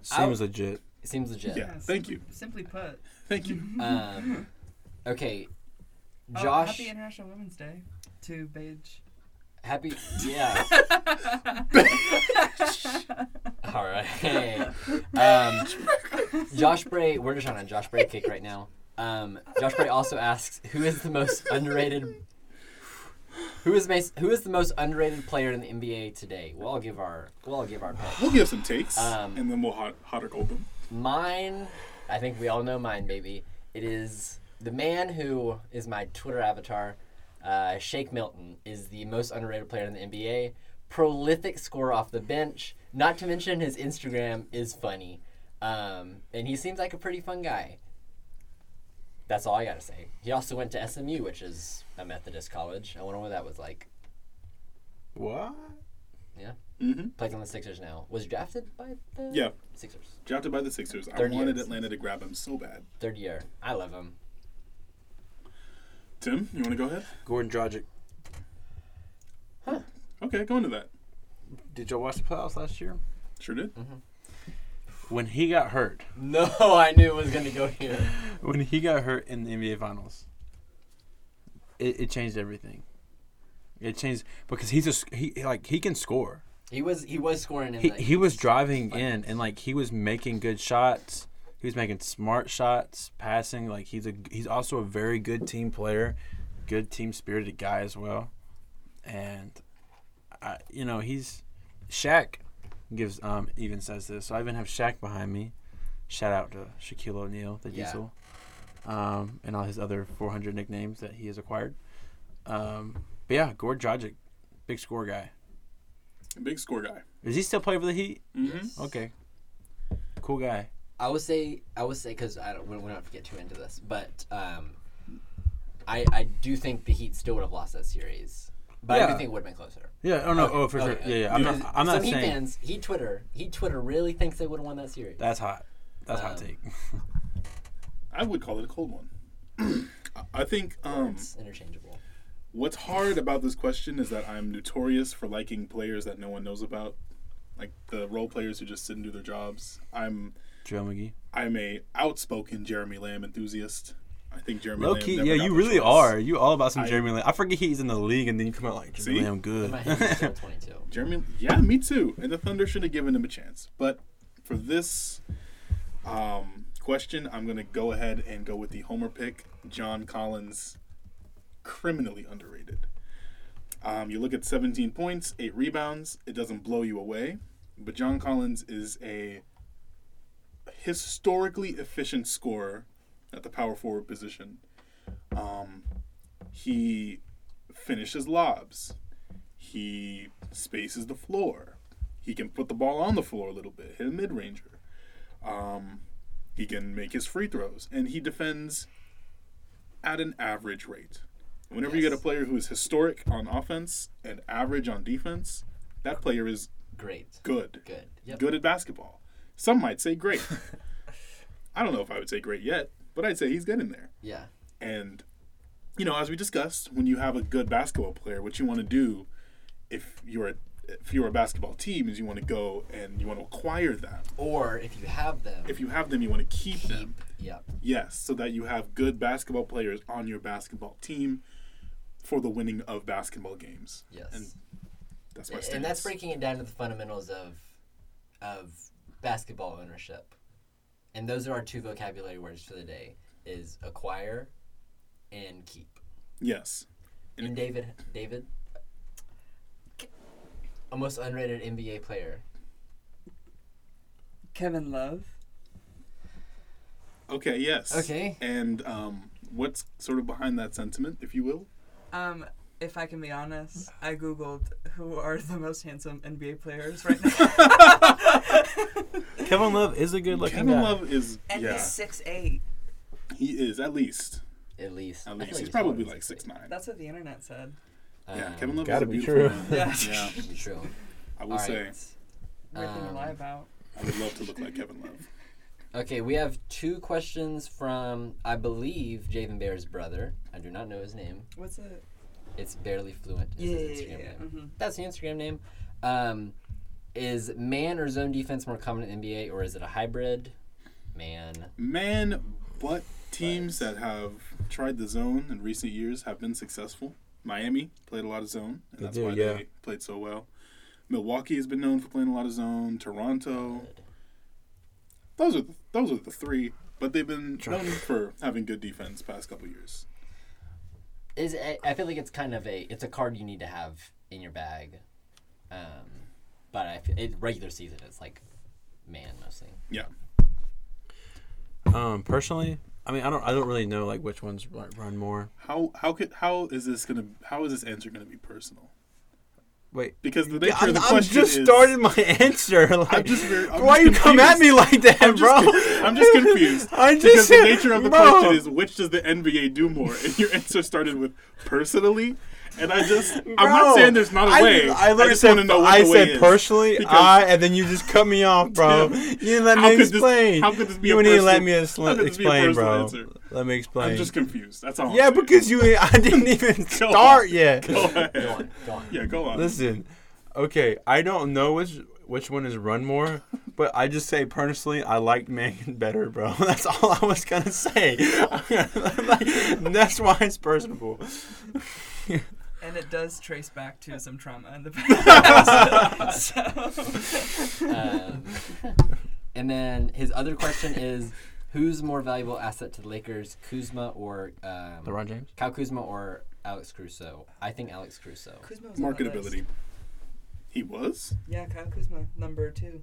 Speaker 1: Seems legit.
Speaker 2: It seems legit.
Speaker 3: Yeah, thank
Speaker 4: sim-
Speaker 3: you.
Speaker 4: Simply put.
Speaker 3: thank you
Speaker 2: Um, okay.
Speaker 4: Oh,
Speaker 2: Josh.
Speaker 4: happy International Women's Day to Paige.
Speaker 2: Happy, yeah. All right. Um, Josh Bray, we're just on a Josh Bray kick right now. Um, Josh Bray also asks, who is the most underrated? Who is mas- who is the most underrated player in the NBA today? We'll all give our we'll all give our pick.
Speaker 3: we'll give some takes
Speaker 2: Um,
Speaker 3: and then we'll hot, hot or cold them
Speaker 2: Mine, I think we all know mine, baby. It is the man who is my Twitter avatar, uh, Shake Milton, is the most underrated player in the NBA. Prolific scorer off the bench. Not to mention his Instagram is funny, um, and he seems like a pretty fun guy. That's all I gotta say. He also went to SMU, which is a Methodist college. I wonder what that was like.
Speaker 1: What?
Speaker 2: Yeah,
Speaker 3: mm-hmm.
Speaker 2: plays on the Sixers now. Was drafted by the
Speaker 3: yeah
Speaker 2: Sixers.
Speaker 3: drafted by the sixers i
Speaker 2: Third
Speaker 3: wanted
Speaker 2: year.
Speaker 3: atlanta to grab him so bad
Speaker 2: Third year. I love him.
Speaker 3: Tim, you want to go ahead?
Speaker 1: Gordon Dragic.
Speaker 3: Okay, go into that.
Speaker 1: Did y'all watch the playoffs last year?
Speaker 3: Sure did.
Speaker 1: When he got hurt.
Speaker 2: No, I knew it was gonna go here.
Speaker 1: When he got hurt in the NBA Finals. It, it changed everything. It changed because he's a s- he like he can score.
Speaker 2: He was he was scoring in
Speaker 1: He
Speaker 2: that
Speaker 1: he was
Speaker 2: game.
Speaker 1: driving in and like he was making good shots. He was making smart shots, passing. Like he's a he's also a very good team player, good team spirited guy as well. And I, you know he's Shaq gives um even says this. So I even have Shaq behind me. Shout out to Shaquille O'Neal, the
Speaker 2: Yeah.
Speaker 1: Diesel, um, and all his other 400 nicknames that he has acquired. Um, but yeah, Gord Dragic, big score guy.
Speaker 2: Mm-hmm.
Speaker 3: Big score guy.
Speaker 1: Does he still play for the Heat?
Speaker 3: Mm-hmm.
Speaker 1: Okay. Cool guy.
Speaker 2: I would say I would say because I don't we don't have to get too into this, but um, I I do think the Heat still would have lost that series, but I
Speaker 1: Yeah.
Speaker 2: do think it would have been closer.
Speaker 1: Yeah. Oh no.
Speaker 2: Okay,
Speaker 1: Oh, for
Speaker 2: okay,
Speaker 1: sure. Yeah. yeah. I'm
Speaker 3: Yeah.
Speaker 1: not. I'm not
Speaker 2: Some Heat
Speaker 1: saying
Speaker 2: fans, Heat Twitter, Heat Twitter really thinks they would have won that series.
Speaker 1: that's hot. That's hot
Speaker 2: Um,
Speaker 1: take.
Speaker 3: I would call it a cold one. I- I think um,
Speaker 2: it's interchangeable.
Speaker 3: what's hard about this question is that I'm notorious for liking players that no one knows about, like the role players who just sit and do their jobs. I'm
Speaker 1: Joe McGee.
Speaker 3: I'm a outspoken Jeremy Lamb enthusiast. I think Jeremy
Speaker 1: Low
Speaker 3: Lamb.
Speaker 1: key.
Speaker 3: never
Speaker 1: Yeah.
Speaker 3: got
Speaker 1: You
Speaker 3: the
Speaker 1: really
Speaker 3: choice.
Speaker 1: are. You all about some
Speaker 3: I-
Speaker 1: Jeremy Lamb. I forget he's in the league, and then you come out like Jeremy
Speaker 3: See?
Speaker 1: Lamb
Speaker 2: In
Speaker 1: good.
Speaker 2: my head, he's still 22.
Speaker 3: Jeremy, yeah, me too. And the Thunder should have given him a chance. But for this um, question, I'm going to go ahead and go with the Homer pick. John Collins, criminally underrated. Um, you look at 17 points, eight rebounds. It doesn't blow you away, but John Collins is a historically efficient scorer at the power forward position. Um, he finishes lobs. He spaces the floor. He can put the ball on the floor a little bit, hit a mid ranger. Um, he can make his free throws, and he defends at an average rate. Whenever you get
Speaker 2: Yes.
Speaker 3: a player who is historic on offense and average on defense, that player is
Speaker 2: Great,
Speaker 3: good.
Speaker 2: good, yep.
Speaker 3: Good at basketball. Some might say great. I don't know if I would say great yet, but I'd say he's good in there.
Speaker 2: yeah.
Speaker 3: And, you know, as we discussed, when you have a good basketball player, what you want to do if you're a, if you're a basketball team is you want to go and you want to acquire them.
Speaker 2: Or if you have them,
Speaker 3: If you have them, you want to keep them.
Speaker 2: yep.
Speaker 3: Yes, so that you have good basketball players on your basketball team for the winning of basketball games.
Speaker 2: Yes.
Speaker 3: And that's my
Speaker 2: and
Speaker 3: stance.
Speaker 2: that's breaking it down to the fundamentals of of basketball ownership and those are our two vocabulary words for the day is acquire and keep
Speaker 3: Yes.
Speaker 2: and david david a most unrated nba player
Speaker 4: Kevin Love.
Speaker 3: Okay, yes.
Speaker 2: Okay.
Speaker 3: And um, what's sort of behind that sentiment, if you will?
Speaker 4: Um, if I can be honest, I googled who are the most handsome NBA players right now,
Speaker 1: Kevin Love is a good looking
Speaker 3: Kevin
Speaker 1: guy.
Speaker 3: Love is,
Speaker 4: and
Speaker 3: yeah,
Speaker 4: he's six eight.
Speaker 3: he is at least.
Speaker 2: at least I
Speaker 3: At
Speaker 2: feel
Speaker 3: least.
Speaker 2: like
Speaker 3: He's probably
Speaker 2: taller than
Speaker 3: like six nine.
Speaker 4: That's what the internet said.
Speaker 3: Yeah,
Speaker 2: Um,
Speaker 3: Kevin Love is
Speaker 1: Gotta
Speaker 3: a
Speaker 1: be
Speaker 3: beautiful
Speaker 1: true.
Speaker 3: man.
Speaker 4: Yeah,
Speaker 3: Yeah,
Speaker 2: be true.
Speaker 3: I will
Speaker 2: All right.
Speaker 3: say
Speaker 4: weird thing to lie
Speaker 2: Um,
Speaker 4: about.
Speaker 3: I would love to look like Kevin Love.
Speaker 2: okay we have two questions from i believe javen bear's brother i do not know his name
Speaker 4: What's it?
Speaker 2: it's barely fluent is
Speaker 4: Yeah,
Speaker 2: his
Speaker 4: yeah,
Speaker 2: instagram
Speaker 4: yeah,
Speaker 2: name
Speaker 4: mhm.
Speaker 2: that's the Instagram name. Um, is man or zone defense more common in NBA, or is it a hybrid? Man,
Speaker 3: Man, but teams that have tried the zone in recent years have been successful. Miami played a lot of zone, and
Speaker 1: They
Speaker 3: that's
Speaker 1: do,
Speaker 3: why
Speaker 1: yeah.
Speaker 3: they played so well. Milwaukee has been known for playing a lot of zone. Toronto, those are the, those are the three, but they've been known for having good defense past couple years.
Speaker 2: is I, I feel like it's kind of a it's a card you need to have in your bag. Um, but I feel, it, regular season it's like man mostly.
Speaker 3: Yeah,
Speaker 1: Um, personally, I mean, I don't, I don't really know like which ones run, run more.
Speaker 3: how how could how is this gonna how is this answer gonna be personal?
Speaker 1: Wait.
Speaker 3: Because the
Speaker 1: Yeah,
Speaker 3: nature of
Speaker 1: I'm,
Speaker 3: the
Speaker 1: I'm
Speaker 3: question
Speaker 1: just
Speaker 3: is-
Speaker 1: started my answer. Like,
Speaker 3: just very- I'm
Speaker 1: why
Speaker 3: just
Speaker 1: you come at me
Speaker 3: confused.
Speaker 1: like that,
Speaker 3: I'm
Speaker 1: bro?
Speaker 3: just, confused. I'm just confused.
Speaker 1: I just
Speaker 3: because the
Speaker 1: said-
Speaker 3: nature of the
Speaker 1: bro.
Speaker 3: question is which does the NBA do more, and your answer started with personally, And I just, I'm not saying there's not a way. I, just want to know what
Speaker 1: I
Speaker 3: the
Speaker 1: said
Speaker 3: way is.
Speaker 1: personally,
Speaker 3: Because-
Speaker 1: I, and then you just cut me off, bro. You didn't let
Speaker 3: How
Speaker 1: me
Speaker 3: could this-
Speaker 1: explain.
Speaker 3: how could this be
Speaker 1: you
Speaker 3: a
Speaker 1: wouldn't even
Speaker 3: personal-
Speaker 1: let me es-
Speaker 3: how could this be a
Speaker 1: explain,
Speaker 3: personal
Speaker 1: bro.
Speaker 3: answer?
Speaker 1: Let me explain.
Speaker 3: I'm just confused. That's all. I'm
Speaker 1: yeah,
Speaker 3: saying.
Speaker 1: because you, I didn't even
Speaker 3: on.
Speaker 1: start yet.
Speaker 3: Go ahead.
Speaker 2: Go on, go on.
Speaker 3: Yeah, go on.
Speaker 1: Listen, okay, I don't know which which one is run more, but I just say personally, I like Megan better, bro. That's all I was gonna say. that's why it's personable.
Speaker 4: and it does trace back to some trauma in the past. so,
Speaker 2: Um, and then his other question is, who's more valuable asset to the Lakers, Kuzma or um,
Speaker 1: LeBron James.
Speaker 2: Kyle Kuzma or Alex Crusoe? I think Alex Crusoe.
Speaker 4: Kuzma was on that list.
Speaker 3: Marketability. He was?
Speaker 4: Yeah, Kyle Kuzma, number two.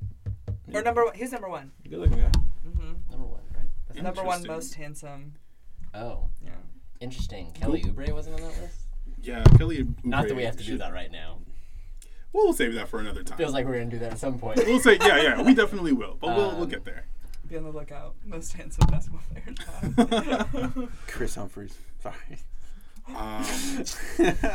Speaker 4: Or number one. He's number one.
Speaker 1: Good looking guy.
Speaker 4: hmm
Speaker 2: Number one, right? That's
Speaker 4: Number one
Speaker 3: Interesting.
Speaker 4: most handsome.
Speaker 2: Oh,
Speaker 4: Yeah.
Speaker 2: interesting. Kelly Oubre wasn't on that list.
Speaker 3: Yeah, Kelly.
Speaker 2: Not that
Speaker 3: Oubre
Speaker 2: we have to do
Speaker 3: should-
Speaker 2: that right now.
Speaker 3: Well, we'll save that for another time.
Speaker 2: Feels like we're gonna do that at some point.
Speaker 3: we'll say, yeah, yeah, we definitely will. But we'll, we'll
Speaker 2: Um,
Speaker 3: get there.
Speaker 4: Be on the lookout. Most handsome basketball player.
Speaker 1: Chris Humphries. Sorry.
Speaker 3: Um,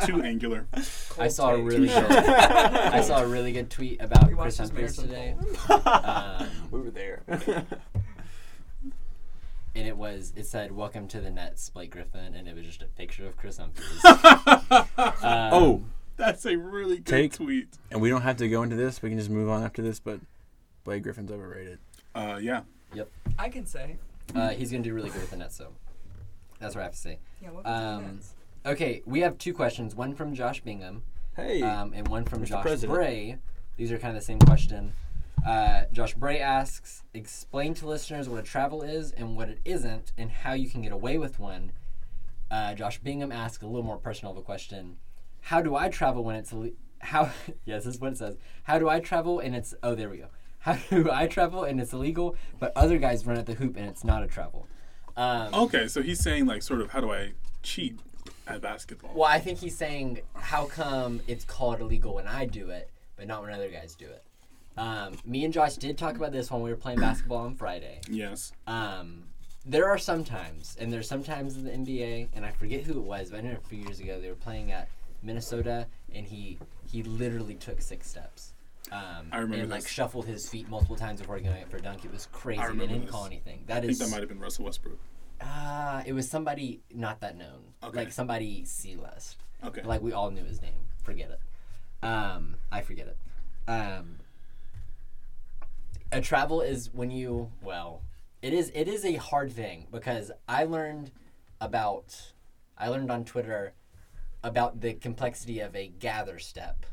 Speaker 3: too angular.
Speaker 2: I saw a
Speaker 4: take.
Speaker 2: really good, I saw a really good tweet about
Speaker 4: We
Speaker 2: Chris
Speaker 4: watched his
Speaker 2: Humphries
Speaker 4: marathon
Speaker 2: today. Um,
Speaker 1: we were there.
Speaker 2: and it was it said welcome to the Nets, Blake Griffin, and it was just a picture of Chris Humphries. Um,
Speaker 1: oh,
Speaker 3: That's a really good
Speaker 1: Take-
Speaker 3: tweet.
Speaker 1: and we don't have to go into this. We can just move on after this. But Blake Griffin's overrated.
Speaker 3: Uh, yeah.
Speaker 4: I can say.
Speaker 2: uh, he's gonna do really good with the Nets, so that's what I have to say.
Speaker 4: Yeah, welcome to the
Speaker 2: Um,
Speaker 4: Nets.
Speaker 2: okay, we have two questions: one from Josh Bingham,
Speaker 1: Hey.
Speaker 2: um, and one from
Speaker 1: Mr.
Speaker 2: Josh
Speaker 1: President.
Speaker 2: Bray. These are kind of the same question. Uh, Josh Bray asks, explain to listeners what a travel is and what it isn't, and how you can get away with one. Uh, Josh Bingham asks a little more personal of a question. How do I travel when it's le- how? yes, this is what it says. How do I travel and it's oh there we go. How do I travel and it's illegal, but other guys run at the hoop and it's not a travel? Um,
Speaker 3: Okay, so he's saying, like, sort of, how do I cheat at basketball?
Speaker 2: Well, I think he's saying, how come it's called illegal when I do it, but not when other guys do it? Um, me and Josh did talk about this when we were playing basketball on Friday.
Speaker 3: Yes.
Speaker 2: Um, there are some times, and there's some times in the NBA, and I forget who it was, but I know a few years ago they were playing at Minnesota, and he he literally took six steps. Um,
Speaker 3: I remember
Speaker 2: and like
Speaker 3: this.
Speaker 2: shuffled his feet multiple times before going up for a dunk. It was crazy. They
Speaker 3: remember
Speaker 2: didn't
Speaker 3: this.
Speaker 2: call anything. That
Speaker 3: I
Speaker 2: is
Speaker 3: think that might have been Russell Westbrook.
Speaker 2: uh, it was somebody not that known,
Speaker 3: Okay.
Speaker 2: like somebody C list.
Speaker 3: Okay.
Speaker 2: Like we all knew his name. Forget it. Um, I forget it. Um, a travel is when you well, it is it is a hard thing because I learned about I learned on Twitter about the complexity of a gather step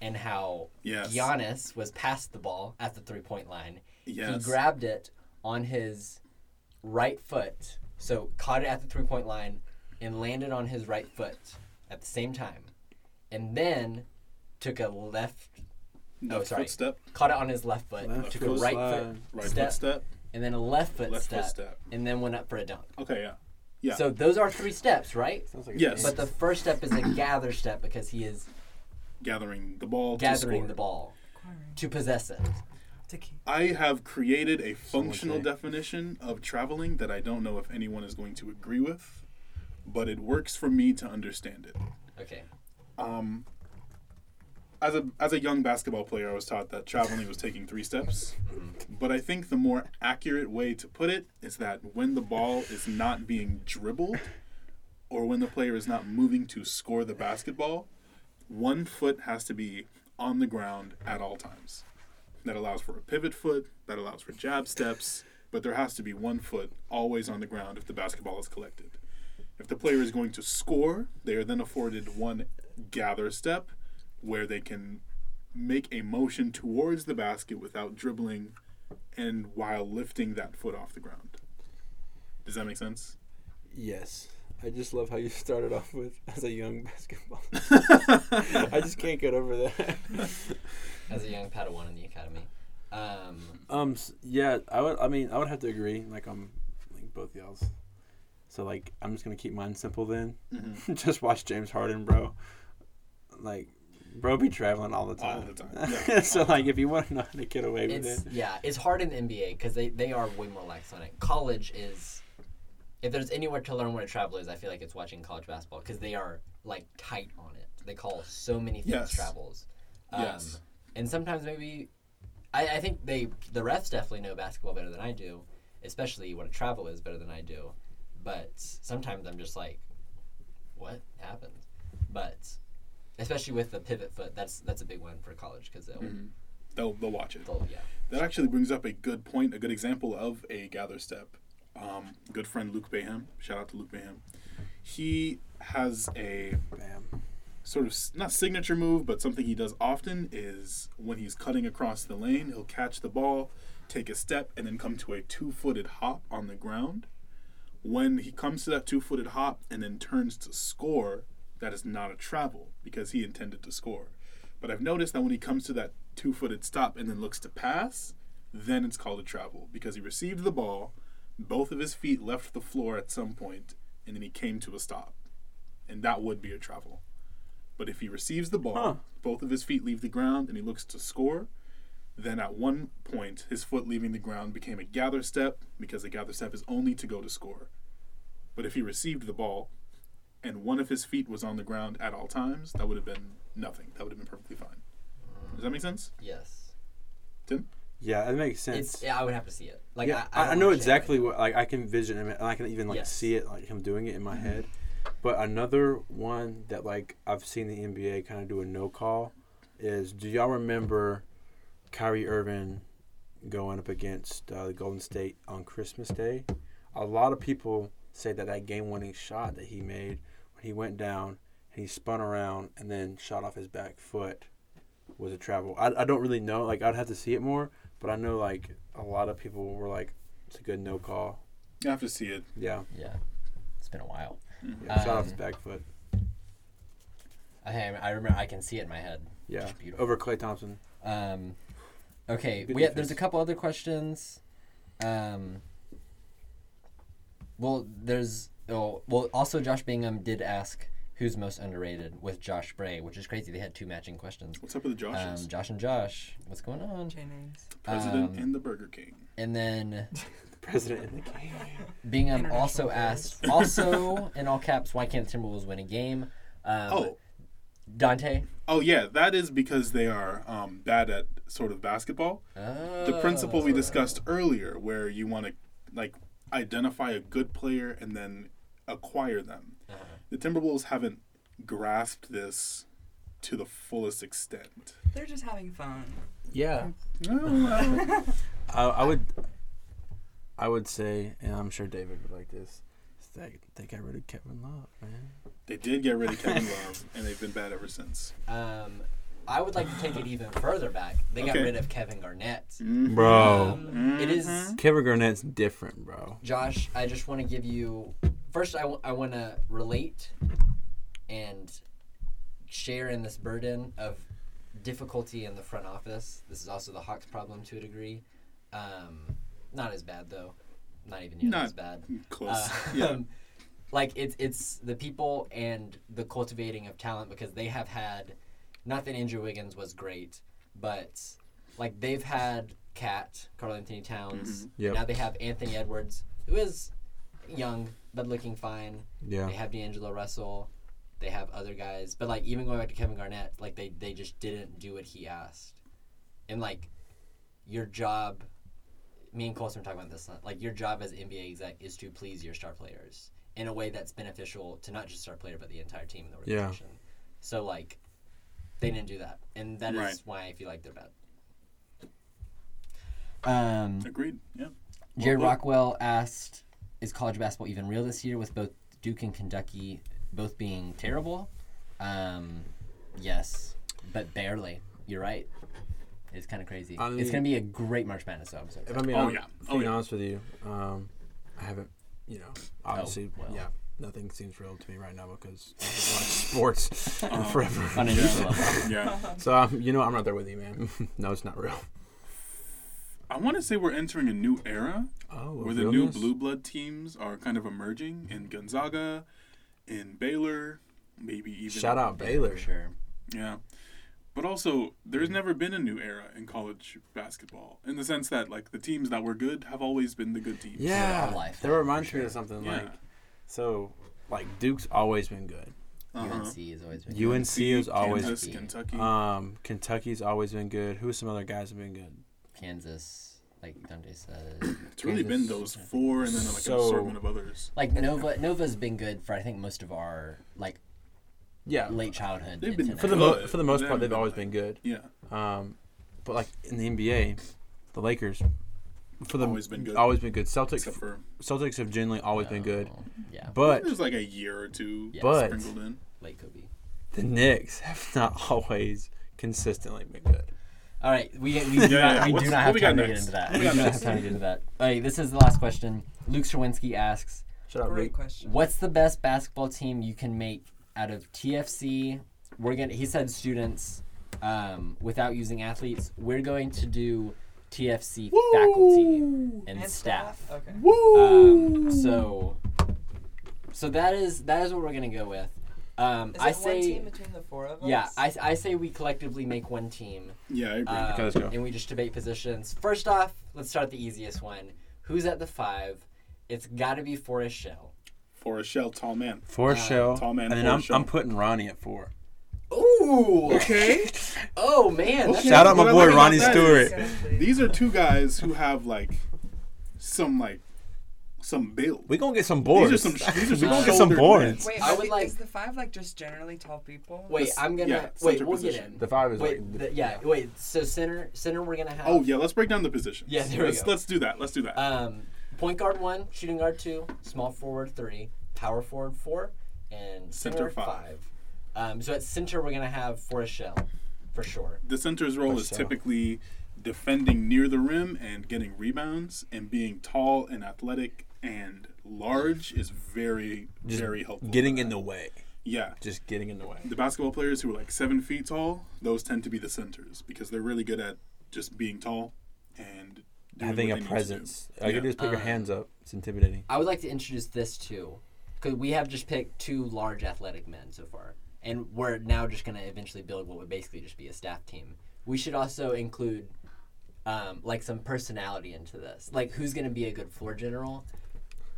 Speaker 2: and how
Speaker 3: Yes.
Speaker 2: Giannis was past the ball at the three point line. He
Speaker 3: Yes.
Speaker 2: grabbed it on his right foot, so caught it at the three point line and landed on his right foot at the same time. And then took a left,
Speaker 3: No,
Speaker 2: Oh, sorry.
Speaker 3: footstep.
Speaker 2: caught it on his left foot,
Speaker 1: Left
Speaker 2: took a
Speaker 1: foot
Speaker 2: right
Speaker 1: slide.
Speaker 2: foot
Speaker 3: Right
Speaker 2: step,
Speaker 3: footstep.
Speaker 2: and then a left foot
Speaker 3: Left
Speaker 2: step,
Speaker 3: footstep.
Speaker 2: and then went up for a dunk.
Speaker 3: Okay, yeah. Yeah.
Speaker 2: So those are three steps, right?
Speaker 3: Yes.
Speaker 2: But the first step is a gather step because he is
Speaker 3: gathering the ball. to
Speaker 2: gathering
Speaker 3: score.
Speaker 2: the ball
Speaker 4: Acquiring.
Speaker 2: to possess it.
Speaker 4: To keep.
Speaker 3: I have created a functional
Speaker 1: say.
Speaker 3: definition of traveling that I don't know if anyone is going to agree with, but it works for me to understand it.
Speaker 2: Okay.
Speaker 3: As a as a young basketball player, I was taught that traveling was taking three steps. But I think the more accurate way to put it is that when the ball is not being dribbled or when the player is not moving to score the basketball, one foot has to be on the ground at all times. That allows for a pivot foot, that allows for jab steps, but there has to be one foot always on the ground if the basketball is collected. If the player is going to score, they are then afforded one gather step where they can make a motion towards the basket without dribbling and while lifting that foot off the ground. Does that make sense?
Speaker 1: Yes. I just love how you started off with as a young basketball. I just can't get over that.
Speaker 2: As a young Padawan in the academy. Um,
Speaker 1: Um. s- Yeah. I would. I mean, I would have to agree. Like, um, like both y'all's. So like, I'm just gonna keep mine simple then. just watch James Harden, bro. Like, bro, be traveling all the
Speaker 3: All
Speaker 1: time.
Speaker 3: the time, yeah,
Speaker 1: so like, if you want to know how to get away with
Speaker 2: it's
Speaker 1: it,
Speaker 2: yeah, it's hard in the NBA because they, they are way more lax on it. College is, if there's anywhere to learn what a travel is, I feel like it's watching college basketball because they are like tight on it. They call so many things
Speaker 3: Yes.
Speaker 2: travels. Um,
Speaker 3: Yes.
Speaker 2: And sometimes maybe, I, I think they the refs definitely know basketball better than I do, especially what a travel is better than I do. But sometimes I'm just like, what happened? But especially with the pivot foot, that's that's a big one for college because they'll,
Speaker 3: Mm-hmm. They'll, they'll watch it.
Speaker 2: they'll yeah.
Speaker 3: That actually brings up a good point, a good example of a gather step. Um, good friend Luke Bayham, shout out to Luke Bayham. He has a
Speaker 1: Bam.
Speaker 3: sort of s- not signature move, but something he does often is when he's cutting across the lane, he'll catch the ball, take a step, and then come to a two footed hop on the ground. When he comes to that two footed hop and then turns to score, that is not a travel because he intended to score. But I've noticed that when he comes to that two footed stop and then looks to pass, then it's called a travel because he received the ball, both of his feet left the floor at some point, and then he came to a stop. And that would be a travel. But if he receives the ball,
Speaker 1: Huh.
Speaker 3: both of his feet leave the ground, and he looks to score, then at one point, his foot leaving the ground became a gather step because a gather step is only to go to score. But if he received the ball and one of his feet was on the ground at all times, that would have been nothing. That would have been perfectly fine. Does that make sense?
Speaker 2: Yes.
Speaker 3: Tim?
Speaker 1: Yeah, that makes sense.
Speaker 2: It's yeah, I would have to see it. Like
Speaker 1: yeah,
Speaker 2: I, I,
Speaker 1: I, I
Speaker 2: don't
Speaker 1: know
Speaker 2: understand
Speaker 1: exactly what like I can envision him, and I can even like
Speaker 2: Yes.
Speaker 1: see it like him doing it in my head. But another one that like I've seen the NBA kind of do a no call is do y'all remember Kyrie Irving going up against uh, the Golden State on Christmas Day? A lot of people say that that game winning shot that he made when he went down and he spun around and then shot off his back foot was a travel. I, I don't really know. Like I'd have to see it more, but I know like a lot of people were like, "It's a good no call."
Speaker 3: You have to see it.
Speaker 1: Yeah,
Speaker 2: it. Yeah. It's been a while.
Speaker 3: Mm-hmm.
Speaker 1: yeah. shot off his
Speaker 2: Um,
Speaker 3: Uh,
Speaker 1: back foot.
Speaker 2: I, I remember. I can see it in my head.
Speaker 1: Yeah,
Speaker 2: beautiful.
Speaker 1: over Clay Thompson.
Speaker 2: Um, okay,
Speaker 1: Good
Speaker 2: we have, there's a
Speaker 1: defense.
Speaker 2: couple other questions. Um, well, there's oh, well also Josh Bingham did ask who's most underrated with Josh Bray, which is crazy. They had two matching questions.
Speaker 3: What's up with the Joshes?
Speaker 2: Um, Josh and Josh, what's going on?
Speaker 4: J names.
Speaker 3: President
Speaker 2: um,
Speaker 3: and the Burger King.
Speaker 2: And then
Speaker 1: The president in the game.
Speaker 2: Bingham
Speaker 4: International
Speaker 2: also
Speaker 4: players.
Speaker 2: asked, also in all caps, why can't Timberwolves win a game? Um,
Speaker 3: Oh,
Speaker 2: Dante.
Speaker 3: oh yeah, that is because they are um, bad at sort of basketball. the principle we
Speaker 2: Oh.
Speaker 3: discussed earlier where you want to like identify a good player and then acquire them
Speaker 1: Uh-huh.
Speaker 3: the timberwolves haven't grasped this to the fullest extent
Speaker 4: They're just having fun.
Speaker 1: Yeah,
Speaker 3: Well,
Speaker 1: I, I would, I would say, and I'm sure David would like this. is That they got rid of Kevin Love, man.
Speaker 3: they did get rid of kevin love and they've been bad ever since
Speaker 2: Um, I would like to take it even further back. They got
Speaker 3: Okay. Mm-hmm.
Speaker 2: rid of Kevin Garnett.
Speaker 1: Bro,
Speaker 2: Um, it is
Speaker 1: Kevin Garnett's different, bro.
Speaker 2: Josh. I just want to give you first. I want to relate and share in this burden of difficulty in the front office. This is also the Hawks' problem to a degree. Um, not as bad though. Not even nearly
Speaker 3: Not-
Speaker 2: as bad.
Speaker 3: close
Speaker 2: Uh,
Speaker 3: yeah
Speaker 2: um, like it's it's the people and the cultivating of talent because they have had not that Andrew Wiggins was great, but like they've had Cat, Carl Anthony Towns.
Speaker 3: Mm-hmm.
Speaker 1: Yep.
Speaker 2: Now they have Anthony Edwards, who is young but looking fine.
Speaker 1: Yeah,
Speaker 2: They have D'Angelo Russell. They have other guys, but like even going back to Kevin Garnett, like they they just didn't do what he asked, and like your job. Me and Colson were talking about this. Like your job as NBA exec is to please your star players in a way that's beneficial to not just star player but the entire team in the
Speaker 1: Yeah.
Speaker 2: organization. So like, they didn't do that, and that is
Speaker 3: Right.
Speaker 2: why I feel like they're bad. Um,
Speaker 3: agreed yeah
Speaker 2: Jared
Speaker 3: Well,
Speaker 2: Rockwell asked, "Is college basketball even real this year with both Duke and Kentucky both being terrible?" Um, yes, but barely. You're right. It's kind of crazy.
Speaker 1: I
Speaker 2: it's
Speaker 1: mean-
Speaker 2: gonna be a great March Madness. So I'm so
Speaker 1: If
Speaker 2: excited.
Speaker 1: I'm being,
Speaker 3: Oh,
Speaker 1: hon-
Speaker 3: yeah.
Speaker 1: if
Speaker 3: Oh,
Speaker 1: being
Speaker 3: yeah.
Speaker 1: honest with you, um, I haven't, you know, obviously,
Speaker 2: well.
Speaker 1: yeah, nothing seems real to me right now because I haven't watched sports in forever.
Speaker 2: on a neutral level.
Speaker 3: Oh. yeah
Speaker 1: So, um, you know, I'm right there with you, man. no, it's not real.
Speaker 3: i want to say we're entering a new era
Speaker 1: Oh,
Speaker 3: where the new blue blood teams are kind of emerging in gonzaga in baylor maybe even
Speaker 1: Shout out Baylor.
Speaker 2: for sure.
Speaker 3: Yeah. But also, there's never been a new era in college basketball in the sense that, like, the teams that were good have always been the good teams.
Speaker 2: our
Speaker 1: Yeah,
Speaker 2: life,
Speaker 1: that
Speaker 2: for
Speaker 1: reminds me
Speaker 2: sure.
Speaker 1: of something
Speaker 3: Yeah.
Speaker 1: like so. Like Duke's always been good.
Speaker 3: Uh-huh.
Speaker 2: UNC has always been.
Speaker 1: UNC has always,
Speaker 3: Kansas, Kentucky.
Speaker 1: um, Kentucky's always been good. Who's some other guys have been good?
Speaker 2: Kansas, like Dante said.
Speaker 3: it's really been
Speaker 2: Kansas,
Speaker 3: those four, and then like an
Speaker 1: So-
Speaker 3: assortment of others.
Speaker 2: Like Nova, Nova's been good for I think most of our like
Speaker 1: Yeah,
Speaker 2: late childhood.
Speaker 3: They've been-
Speaker 2: into
Speaker 1: for the
Speaker 2: now.
Speaker 1: mo-
Speaker 3: Good.
Speaker 1: for the most
Speaker 3: They
Speaker 1: part,
Speaker 3: haven't
Speaker 1: they've
Speaker 3: been
Speaker 1: always been
Speaker 3: bad.
Speaker 1: good.
Speaker 3: Yeah,
Speaker 1: Um, but like in the NBA, the Lakers, for the
Speaker 3: Always been good.
Speaker 1: Always been good. Celtics,
Speaker 3: except for
Speaker 1: Celtics have generally always been good.
Speaker 2: Oh, Yeah,
Speaker 1: But
Speaker 3: there's like a year or two
Speaker 2: Yeah.
Speaker 1: But-
Speaker 3: sprinkled in.
Speaker 2: late Kobe.
Speaker 1: the Knicks have not always consistently been good.
Speaker 2: All right, we, we do
Speaker 3: yeah, yeah.
Speaker 2: not, we
Speaker 3: What's-
Speaker 2: do
Speaker 3: what
Speaker 2: not have
Speaker 3: we got
Speaker 2: time to get
Speaker 3: next?
Speaker 2: into that.
Speaker 3: What
Speaker 2: We
Speaker 3: we
Speaker 2: do
Speaker 3: got
Speaker 2: not have
Speaker 3: next?
Speaker 2: time to get into that. All right, this is the last question. Luke Strawinsky asks,
Speaker 1: Shut up,
Speaker 4: Great
Speaker 1: Luke.
Speaker 4: question.
Speaker 2: "What's the best basketball team you can make out of TFC?" We're gonna. He said students, um, without using athletes. We're going to do TFC faculty and, staff.
Speaker 4: Okay.
Speaker 2: Um, so, so that is that is what we're gonna go with. Um,
Speaker 4: Is it
Speaker 2: I
Speaker 4: one
Speaker 2: say,
Speaker 4: team between the four of us?
Speaker 2: yeah, I, I say we collectively make one team.
Speaker 3: Yeah, I agree.
Speaker 2: Um,
Speaker 1: Okay, let's go.
Speaker 2: And we just debate positions. First off, let's start the easiest one. Who's at the five? It's got to be Forrest Shell.
Speaker 3: for a shell, tall man.
Speaker 1: Four shell,
Speaker 3: tall man,
Speaker 1: and then
Speaker 3: four
Speaker 1: I'm,
Speaker 3: shell.
Speaker 1: I'm putting Ronnie at four.
Speaker 2: Ooh.
Speaker 3: Okay.
Speaker 2: Oh man.
Speaker 3: Okay.
Speaker 1: Shout out my
Speaker 3: What I
Speaker 1: boy
Speaker 3: like about
Speaker 1: Ronnie
Speaker 3: that
Speaker 1: Stewart.
Speaker 3: These are two guys who have like some like some build.
Speaker 1: We gonna get some
Speaker 3: These
Speaker 1: boards.
Speaker 3: are some. These are
Speaker 1: we
Speaker 3: some
Speaker 1: gonna get some
Speaker 3: shouldered
Speaker 1: boards.
Speaker 4: Wait,
Speaker 2: I
Speaker 4: I
Speaker 2: would
Speaker 4: would
Speaker 2: like-
Speaker 4: Is the five like just generally tall people?
Speaker 2: Wait,
Speaker 3: This-
Speaker 2: I'm gonna.
Speaker 3: yeah,
Speaker 2: wait,
Speaker 3: center
Speaker 2: we'll get
Speaker 3: position.
Speaker 2: in.
Speaker 1: The five is
Speaker 2: Wait,
Speaker 1: like
Speaker 2: the, yeah, wait. So center, center, we're gonna have.
Speaker 3: Oh yeah, let's break down the positions.
Speaker 2: Yeah, there we
Speaker 3: let's,
Speaker 2: go.
Speaker 3: Let's do that. Let's do that.
Speaker 2: Um, point guard one, shooting guard two, small forward three, power forward four, and
Speaker 3: Center
Speaker 2: center
Speaker 3: five.
Speaker 2: five. Um, so at center we're gonna have Forrest Shell, for sure.
Speaker 3: the center's role is
Speaker 1: so.
Speaker 3: typically defending near the rim and getting rebounds, and being tall and athletic and large is very very helpful.
Speaker 1: getting in the way.
Speaker 3: yeah.
Speaker 1: Just getting in the way.
Speaker 3: The basketball players who are like seven feet tall, those tend to be the centers because they're really good at just being tall and doing
Speaker 1: Having
Speaker 3: what
Speaker 1: a
Speaker 3: they need to do.
Speaker 1: presence. All you
Speaker 3: Yeah.
Speaker 1: can do is put your
Speaker 2: Um,
Speaker 1: hands up. It's intimidating.
Speaker 2: I would like to introduce this too, because we have just picked two large athletic men so far, and we're now just going to eventually build what would basically just be a staff team. We should also include um, like some personality into this, like who's going to be a good floor general,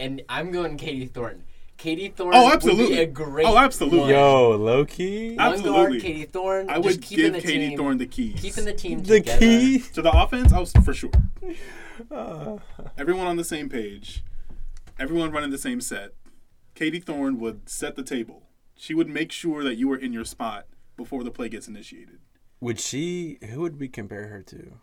Speaker 2: and I'm going Katie Thornton. Katie Thornton would
Speaker 3: Oh, absolutely.
Speaker 2: be a great
Speaker 3: Oh, absolutely.
Speaker 2: one.
Speaker 1: Yo, low key.
Speaker 2: One
Speaker 3: Absolutely.
Speaker 2: guard, Katie Thornton.
Speaker 3: I
Speaker 2: just
Speaker 3: would
Speaker 2: keeping
Speaker 3: give
Speaker 2: the
Speaker 3: Katie
Speaker 2: team,
Speaker 3: Thorne the keys.
Speaker 2: keeping the team
Speaker 1: The
Speaker 2: together.
Speaker 1: key.
Speaker 3: to the offense, I was for sure.
Speaker 1: Uh,
Speaker 3: Everyone on the same page, everyone running the same set. Katie Thorne would set the table. She would make sure that you were in your spot before the play gets initiated.
Speaker 1: would she? Who would we compare her to?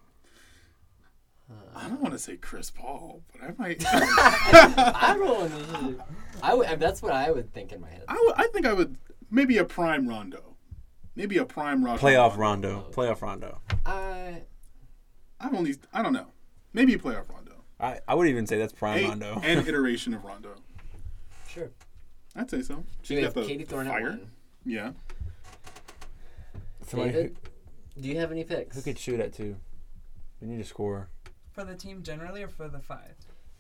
Speaker 3: I don't want to say Chris Paul, but I might.
Speaker 2: I don't. I would, that's what I would think in my head.
Speaker 3: I would- I think I would maybe a prime Rondo, maybe a prime Rondo.
Speaker 1: Playoff Rondo. Playoff Rondo.
Speaker 2: I,
Speaker 3: I've only I don't know, maybe a playoff Rondo,
Speaker 1: I, I would even say that's prime
Speaker 3: A-
Speaker 1: Rondo.
Speaker 3: an iteration of Rondo.
Speaker 2: sure.
Speaker 3: I'd say so.
Speaker 2: So
Speaker 3: She's
Speaker 2: we
Speaker 3: got
Speaker 2: have
Speaker 3: the
Speaker 2: Katie Thornton at
Speaker 3: fire.
Speaker 2: one.
Speaker 3: Yeah,
Speaker 1: Somebody who,
Speaker 2: David, do you have any picks?
Speaker 1: who could shoot at two? We need a scorer.
Speaker 4: For the team generally or for the five?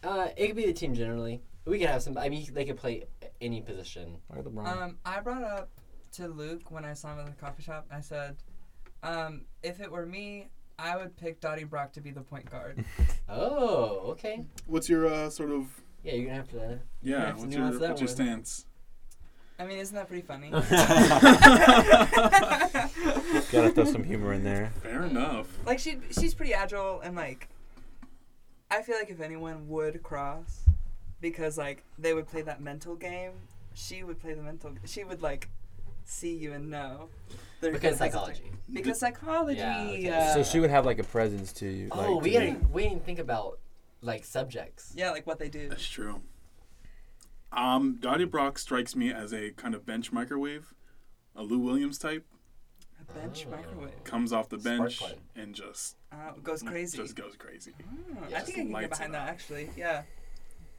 Speaker 2: Uh, it could be the team generally. We could have some. I mean, they could play any position.
Speaker 1: Like LeBron.
Speaker 4: Um, I brought up to Luke when I saw him at the coffee shop. I said, um, if it were me, I would pick Dottie Brock to be the point guard.
Speaker 2: Oh, okay.
Speaker 3: What's your uh, sort of
Speaker 2: Yeah, you're gonna have to.
Speaker 3: yeah?
Speaker 2: Perhaps
Speaker 3: What's your,
Speaker 2: nuance that
Speaker 3: what's your
Speaker 2: one.
Speaker 3: stance?
Speaker 4: I mean, isn't that pretty funny?
Speaker 1: Gotta throw some humor in there.
Speaker 3: Fair enough.
Speaker 4: like she, she's pretty agile and like, I feel like if anyone would cross, because like they would play that mental game, she would play the mental. She would like see you and know. they're
Speaker 2: Because
Speaker 4: gonna-
Speaker 2: psychology.
Speaker 4: Because psychology.
Speaker 2: Yeah, okay.
Speaker 4: uh,
Speaker 1: so she would have like a presence to you. Like,
Speaker 2: oh, we
Speaker 1: to
Speaker 2: gotta,
Speaker 1: me.
Speaker 2: we didn't think about like subjects.
Speaker 4: yeah, like what they do.
Speaker 3: That's true. Um, Dottie Brock strikes me as a kind of bench microwave, a Lou Williams type.
Speaker 4: A bench microwave.
Speaker 3: Comes off the
Speaker 2: Spark
Speaker 3: bench
Speaker 2: plug. Mm-hmm.
Speaker 3: and just
Speaker 4: Uh, goes crazy.
Speaker 3: just goes crazy.
Speaker 4: Hmm,
Speaker 2: Yeah,
Speaker 4: I
Speaker 2: just
Speaker 4: think I can get
Speaker 3: lights it
Speaker 4: behind that
Speaker 3: up.
Speaker 4: actually. Yeah.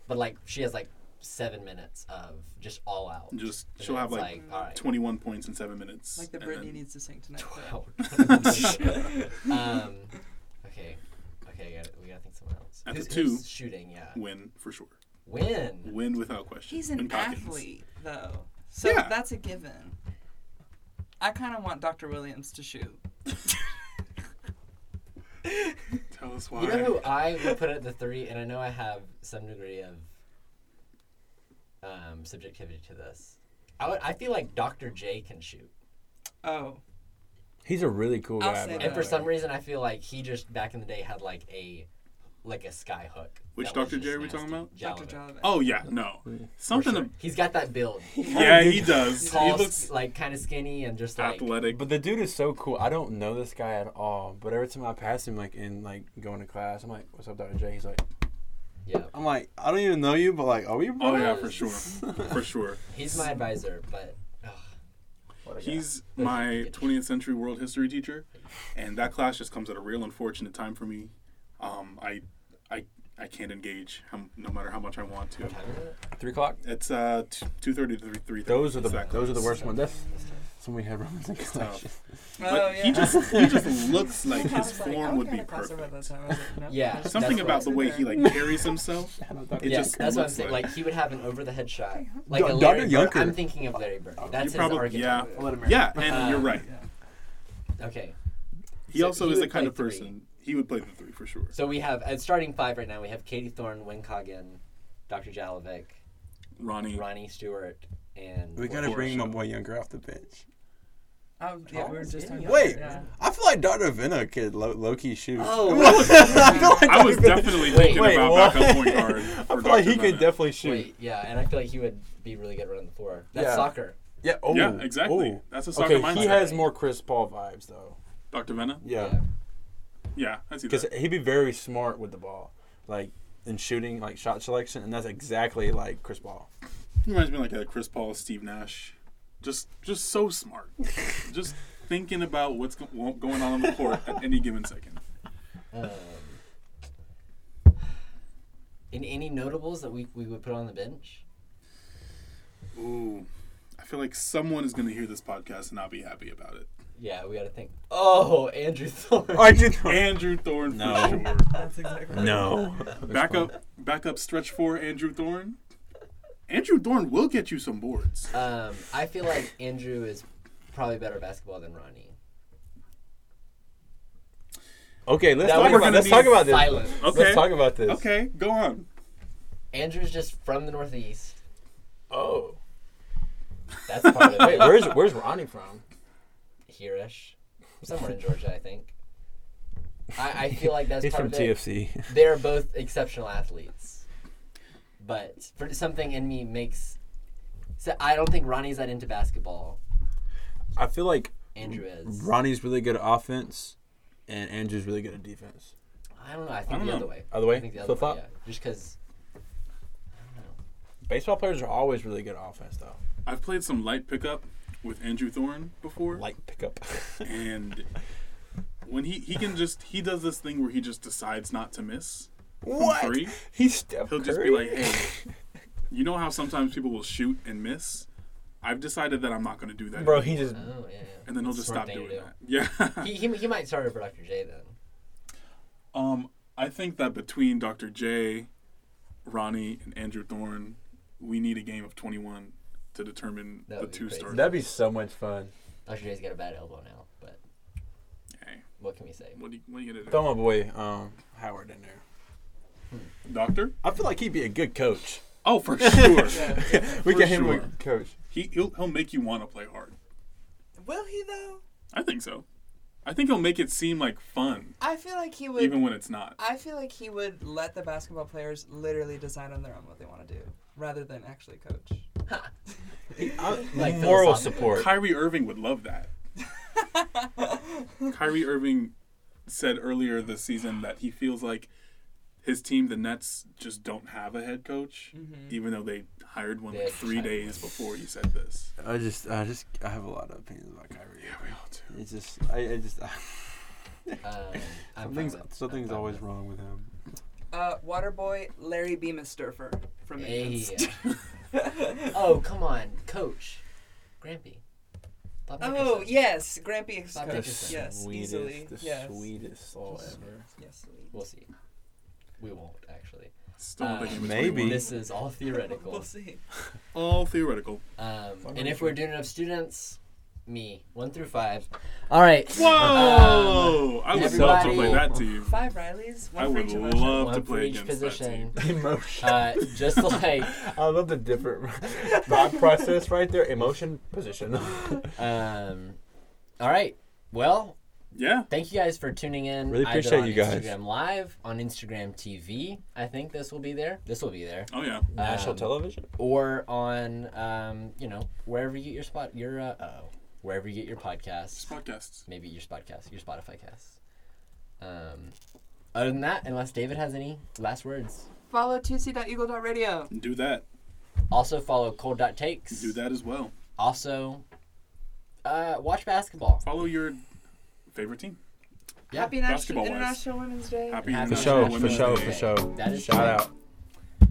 Speaker 2: But like, she has like seven minutes of just all out.
Speaker 3: Just
Speaker 2: And
Speaker 3: she'll have
Speaker 2: it's
Speaker 3: like,
Speaker 2: all right.
Speaker 3: 21 points in seven minutes.
Speaker 4: Like the
Speaker 3: and
Speaker 4: Britney
Speaker 3: then-
Speaker 4: needs to sing tonight.
Speaker 2: Wow. um, okay, okay, I gotta, we gotta think someone else.
Speaker 3: At the
Speaker 2: Who's-
Speaker 3: two.
Speaker 2: who's shooting, yeah.
Speaker 3: win for sure.
Speaker 2: Win.
Speaker 3: Win without question.
Speaker 4: He's an
Speaker 3: Win Cockins.
Speaker 4: athlete, though. So
Speaker 3: Yeah.
Speaker 4: that's a given. I kind of want Dr. Williams to shoot.
Speaker 3: Tell us why.
Speaker 2: You know who I would put at the three, and I know I have some degree of um, subjectivity to this. I, would, I feel like Dr. J can shoot.
Speaker 4: Oh,
Speaker 1: He's a really cool
Speaker 4: I'll
Speaker 1: guy.
Speaker 4: say
Speaker 1: by the
Speaker 2: And
Speaker 4: that.
Speaker 2: for
Speaker 1: way.
Speaker 2: some reason, I feel like he just back in the day had like a like a sky hook.
Speaker 3: Which
Speaker 2: that was
Speaker 3: Dr. J
Speaker 2: just
Speaker 3: are we talking
Speaker 2: nasty.
Speaker 4: Dr.
Speaker 2: Jallivan.
Speaker 4: Jallivan.
Speaker 3: Oh yeah, no,
Speaker 2: For
Speaker 3: something.
Speaker 2: sure.
Speaker 3: ab-
Speaker 2: He's got that build.
Speaker 3: yeah, he does. He
Speaker 2: Tall,
Speaker 3: looks
Speaker 2: like kind of skinny and just like
Speaker 3: athletic.
Speaker 1: But the dude is so cool. I don't know this guy at all. But every time I pass him, like in like going to class, I'm like, "What's up, Dr. J?" He's like,
Speaker 2: yeah.
Speaker 1: "I'm like, I don't even know you, but like, are we?"
Speaker 3: Oh
Speaker 1: brothers?"
Speaker 3: yeah, for sure, for sure.
Speaker 2: He's my advisor, but ugh,
Speaker 1: What a guy.
Speaker 3: He's my 20th century world history teacher, and that class just comes at a real unfortunate time for me. Um, I, I, I can't engage, um, no matter how much I want to.
Speaker 2: what time is it?
Speaker 1: three o'clock.
Speaker 3: It's uh two thirty to three.
Speaker 1: Those are the
Speaker 3: Exactly.
Speaker 1: those are the worst
Speaker 2: So,
Speaker 1: ones. That's
Speaker 2: this time.
Speaker 1: some we had Romans in class.
Speaker 4: oh
Speaker 3: But
Speaker 4: yeah.
Speaker 3: he just he just looks like
Speaker 4: I
Speaker 3: his
Speaker 4: was like, I
Speaker 3: form would
Speaker 4: was
Speaker 3: be
Speaker 4: gonna cross over
Speaker 3: perfect.
Speaker 4: that time. I was like, no,
Speaker 2: Yeah.
Speaker 4: no.
Speaker 3: Something
Speaker 2: That's
Speaker 3: about the
Speaker 4: what-
Speaker 3: way he like carries himself. It
Speaker 2: yeah,
Speaker 3: just
Speaker 2: that's what I'm
Speaker 3: looks
Speaker 2: saying.
Speaker 3: like-
Speaker 2: Like he would have an over the head shot, like a
Speaker 1: Dr.
Speaker 2: Larry Bird.
Speaker 1: Yunker.
Speaker 2: I'm thinking of Larry Bird. That's his
Speaker 3: probably-
Speaker 2: archetype.
Speaker 3: Uh, Yeah, and you're
Speaker 2: Uh,
Speaker 3: right.
Speaker 2: Okay,
Speaker 3: He
Speaker 2: So
Speaker 3: also
Speaker 2: he
Speaker 3: is the
Speaker 2: would
Speaker 3: kind
Speaker 2: play
Speaker 3: of
Speaker 2: three.
Speaker 3: person he would play the three for sure.
Speaker 2: so we have at starting five right now. We have Katie Thorne, Wincoggin, Dr. Jalovic,
Speaker 3: Ronnie,
Speaker 2: Ronnie Stewart, and
Speaker 1: We gotta
Speaker 2: Boris.
Speaker 1: bring my boy Younger off the bench.
Speaker 4: Um, yeah, we were just talking
Speaker 2: Wait.
Speaker 4: about
Speaker 1: Wait,
Speaker 4: that,
Speaker 1: I feel like Dr. Vina could low, low key shoot.
Speaker 2: Oh,
Speaker 1: I, feel like
Speaker 3: I was
Speaker 1: Dr. Vina-
Speaker 3: definitely
Speaker 2: Wait,
Speaker 3: thinking
Speaker 1: wait,
Speaker 3: about
Speaker 1: what?
Speaker 3: backup point guard.
Speaker 1: I
Speaker 3: for
Speaker 1: feel like
Speaker 3: Dr.
Speaker 1: he could
Speaker 3: Mena.
Speaker 1: definitely shoot.
Speaker 2: wait, yeah, and I feel like he would be really good running the floor. That's
Speaker 1: Yeah.
Speaker 2: soccer.
Speaker 1: Yeah. Oh.
Speaker 3: Yeah, exactly.
Speaker 1: oh.
Speaker 3: That's a soccer
Speaker 1: Okay,
Speaker 3: mindset.
Speaker 1: he has more Chris Paul vibes though.
Speaker 3: Dr. Mena?
Speaker 1: Yeah,
Speaker 3: Yeah, I see
Speaker 1: because
Speaker 3: that.
Speaker 1: he'd be very smart with the ball, like in shooting, like shot selection, and that's exactly like Chris Paul.
Speaker 3: He reminds me like a Chris Paul, Steve Nash. Just just so smart. just thinking about what's go- wo- going on on the court at any given second.
Speaker 2: Um, in any notables that we, we would put on the bench?
Speaker 3: Ooh. I feel like someone is going to hear this podcast and not be happy about it.
Speaker 2: Yeah, we got to think. Oh, Andrew Thorne.
Speaker 1: I did.
Speaker 3: Andrew Thorne
Speaker 1: No.
Speaker 3: for sure.
Speaker 4: yeah. That's exactly.
Speaker 1: No.
Speaker 3: Backup backup stretch for Andrew Thorne. Andrew Thorne will get you some boards.
Speaker 2: Um, I feel like Andrew is probably better at basketball than Ronnie.
Speaker 1: Okay, let's
Speaker 2: That
Speaker 1: talk
Speaker 2: was
Speaker 1: about let's
Speaker 3: gonna
Speaker 1: talk
Speaker 3: be
Speaker 1: about this.
Speaker 2: Silence.
Speaker 3: Okay.
Speaker 1: Let's talk about this.
Speaker 3: Okay, go on.
Speaker 2: Andrew's just from the Northeast.
Speaker 1: Oh.
Speaker 2: That's part of
Speaker 1: Wait,
Speaker 2: it.
Speaker 1: where's where's Ronnie from?
Speaker 2: Hereish, somewhere in Georgia, I think. I, I feel like that's
Speaker 1: He's
Speaker 2: part
Speaker 1: from
Speaker 2: of it.
Speaker 1: TFC.
Speaker 2: They're both exceptional athletes, but for something in me makes. So I don't think Ronnie's that into basketball.
Speaker 1: I feel like
Speaker 2: Andrew is.
Speaker 1: Ronnie's really good at offense, and Andrew's really good at defense.
Speaker 2: I don't know. I
Speaker 3: I
Speaker 2: think
Speaker 3: don't
Speaker 2: the
Speaker 3: know.
Speaker 2: other way.
Speaker 1: Other way?
Speaker 2: I think the other
Speaker 1: Flip flop?
Speaker 2: way. Yeah. Just because.
Speaker 1: Baseball players are always really good at offense, though.
Speaker 3: I've played some light pickup with Andrew Thorne before.
Speaker 1: Like pickup.
Speaker 3: and when he he can just he does this thing where he just decides not to miss.
Speaker 1: what?
Speaker 3: three?
Speaker 1: He's Steph
Speaker 3: He'll
Speaker 1: Curry.
Speaker 3: just be like, "Hey, you know how sometimes people will shoot and miss? I've decided that I'm not going to do that."
Speaker 1: bro,
Speaker 3: anymore."
Speaker 1: he just.
Speaker 2: Oh yeah. yeah.
Speaker 3: and then he'll
Speaker 2: That's
Speaker 3: just
Speaker 2: a smart
Speaker 3: stop
Speaker 2: thing
Speaker 3: doing
Speaker 2: to do.
Speaker 3: that. Yeah.
Speaker 2: He, he, he might start over Dr. J then.
Speaker 3: um, I think that between Dr. J, Ronnie, and Andrew Thorne, we need a game of 21 to determine
Speaker 2: That
Speaker 3: the
Speaker 2: would be
Speaker 3: two
Speaker 2: crazy.
Speaker 3: stars.
Speaker 1: That'd be so much fun.
Speaker 2: Dr. J's got a bad elbow now, but
Speaker 3: Hey,
Speaker 2: what can we say?
Speaker 3: what are you, what are you gonna do,
Speaker 1: Throw my boy um, Howard in there.
Speaker 3: Doctor?
Speaker 1: I feel like he'd be a good coach.
Speaker 3: Oh, for sure.
Speaker 4: Yeah.
Speaker 1: We
Speaker 3: For
Speaker 1: get him a
Speaker 3: sure.
Speaker 1: coach.
Speaker 3: He he'll, he'll make you want to play hard.
Speaker 4: Will he though?
Speaker 3: I think so. I think he'll make it seem like fun,
Speaker 4: I feel like he would.
Speaker 3: even when it's not.
Speaker 4: I feel like he would let the basketball players literally decide on their own what they want to do, rather than actually coach.
Speaker 2: Like
Speaker 1: moral
Speaker 2: philosophically.
Speaker 1: support.
Speaker 3: Kyrie Irving would love that. Kyrie Irving said earlier this season that he feels like his team, the Nets, just don't have a head coach, even though they hired one
Speaker 2: They
Speaker 3: like three
Speaker 2: hired
Speaker 3: days before he said this.
Speaker 1: I just, I just, I have a lot of opinions about Kyrie.
Speaker 3: Yeah, we all do.
Speaker 1: It's just, I, I just,
Speaker 2: Um, I'm fine
Speaker 1: something's,
Speaker 2: with- I'm
Speaker 1: something's
Speaker 2: fine
Speaker 1: always
Speaker 2: with-
Speaker 1: wrong with him.
Speaker 4: Uh, Waterboy Larry Bemis Sturfer from
Speaker 2: Hey.
Speaker 4: England.
Speaker 2: oh come on, Coach, Grampy. Bob
Speaker 4: Oh
Speaker 2: Nickerson.
Speaker 4: yes, Grampy is
Speaker 2: Bob
Speaker 4: coach.
Speaker 2: Dickerson.
Speaker 4: Yes, easily.
Speaker 1: the
Speaker 4: yes.
Speaker 1: sweetest
Speaker 3: Oh,
Speaker 1: soul
Speaker 2: Just-
Speaker 1: ever.
Speaker 4: Yes.
Speaker 2: We'll see. We won't actually.
Speaker 3: Still
Speaker 2: Uh,
Speaker 3: thinking between
Speaker 1: Maybe.
Speaker 3: one.
Speaker 2: This is all
Speaker 4: We'll
Speaker 2: theoretical.
Speaker 4: see.
Speaker 3: all theoretical.
Speaker 2: Um,
Speaker 1: Fun
Speaker 2: and if
Speaker 1: sure.
Speaker 2: we're doing it of students, me one through five. All right.
Speaker 3: Whoa! I I would love to play
Speaker 2: Everybody-
Speaker 3: that team.
Speaker 4: Five Rileys, one
Speaker 3: I
Speaker 4: for
Speaker 3: would
Speaker 4: each emotion.
Speaker 3: love to
Speaker 2: One for
Speaker 3: play
Speaker 2: each
Speaker 3: against that team.
Speaker 2: position.
Speaker 1: Emotion.
Speaker 2: Uh, just like
Speaker 1: I love the different thought process right there. Emotion, position.
Speaker 2: um, all right. Well,
Speaker 3: Yeah.
Speaker 2: thank you guys for tuning in.
Speaker 1: Really
Speaker 2: either
Speaker 1: appreciate
Speaker 2: on
Speaker 1: you guys.
Speaker 2: Instagram Live on Instagram TV. I think this will be there. This will be there.
Speaker 3: Oh yeah.
Speaker 1: National
Speaker 2: Um,
Speaker 1: television.
Speaker 2: or on um, you know wherever you get your spot your uh oh wherever you get your podcasts
Speaker 3: It's podcasts.
Speaker 2: maybe your podcast your Spotify cast. Um, other than that, unless David has any last words,
Speaker 4: Follow 2c.eagle.radio.
Speaker 3: Do that.
Speaker 2: also follow Cold Dot Takes.
Speaker 3: Do that as well.
Speaker 2: Also, uh, watch basketball.
Speaker 3: Follow your favorite team.
Speaker 2: Yeah,
Speaker 4: Happy National,
Speaker 3: basketball-wise.
Speaker 4: International Women's Day.
Speaker 3: Happy
Speaker 2: Happy
Speaker 1: For
Speaker 2: National
Speaker 1: show, for
Speaker 3: Women's
Speaker 1: show,
Speaker 3: Day.
Speaker 1: for show.
Speaker 2: That is
Speaker 1: Shout
Speaker 2: correct.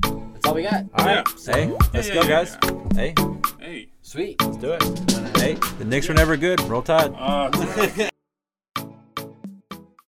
Speaker 1: out.
Speaker 2: That's all we got.
Speaker 1: All right.
Speaker 3: Yeah.
Speaker 1: Hey, let's
Speaker 3: Yeah,
Speaker 1: go,
Speaker 3: yeah,
Speaker 1: guys. Hey,
Speaker 3: Hey.
Speaker 2: Sweet.
Speaker 1: let's do it. Hey, the Knicks were never good. Roll Tide.
Speaker 3: Uh,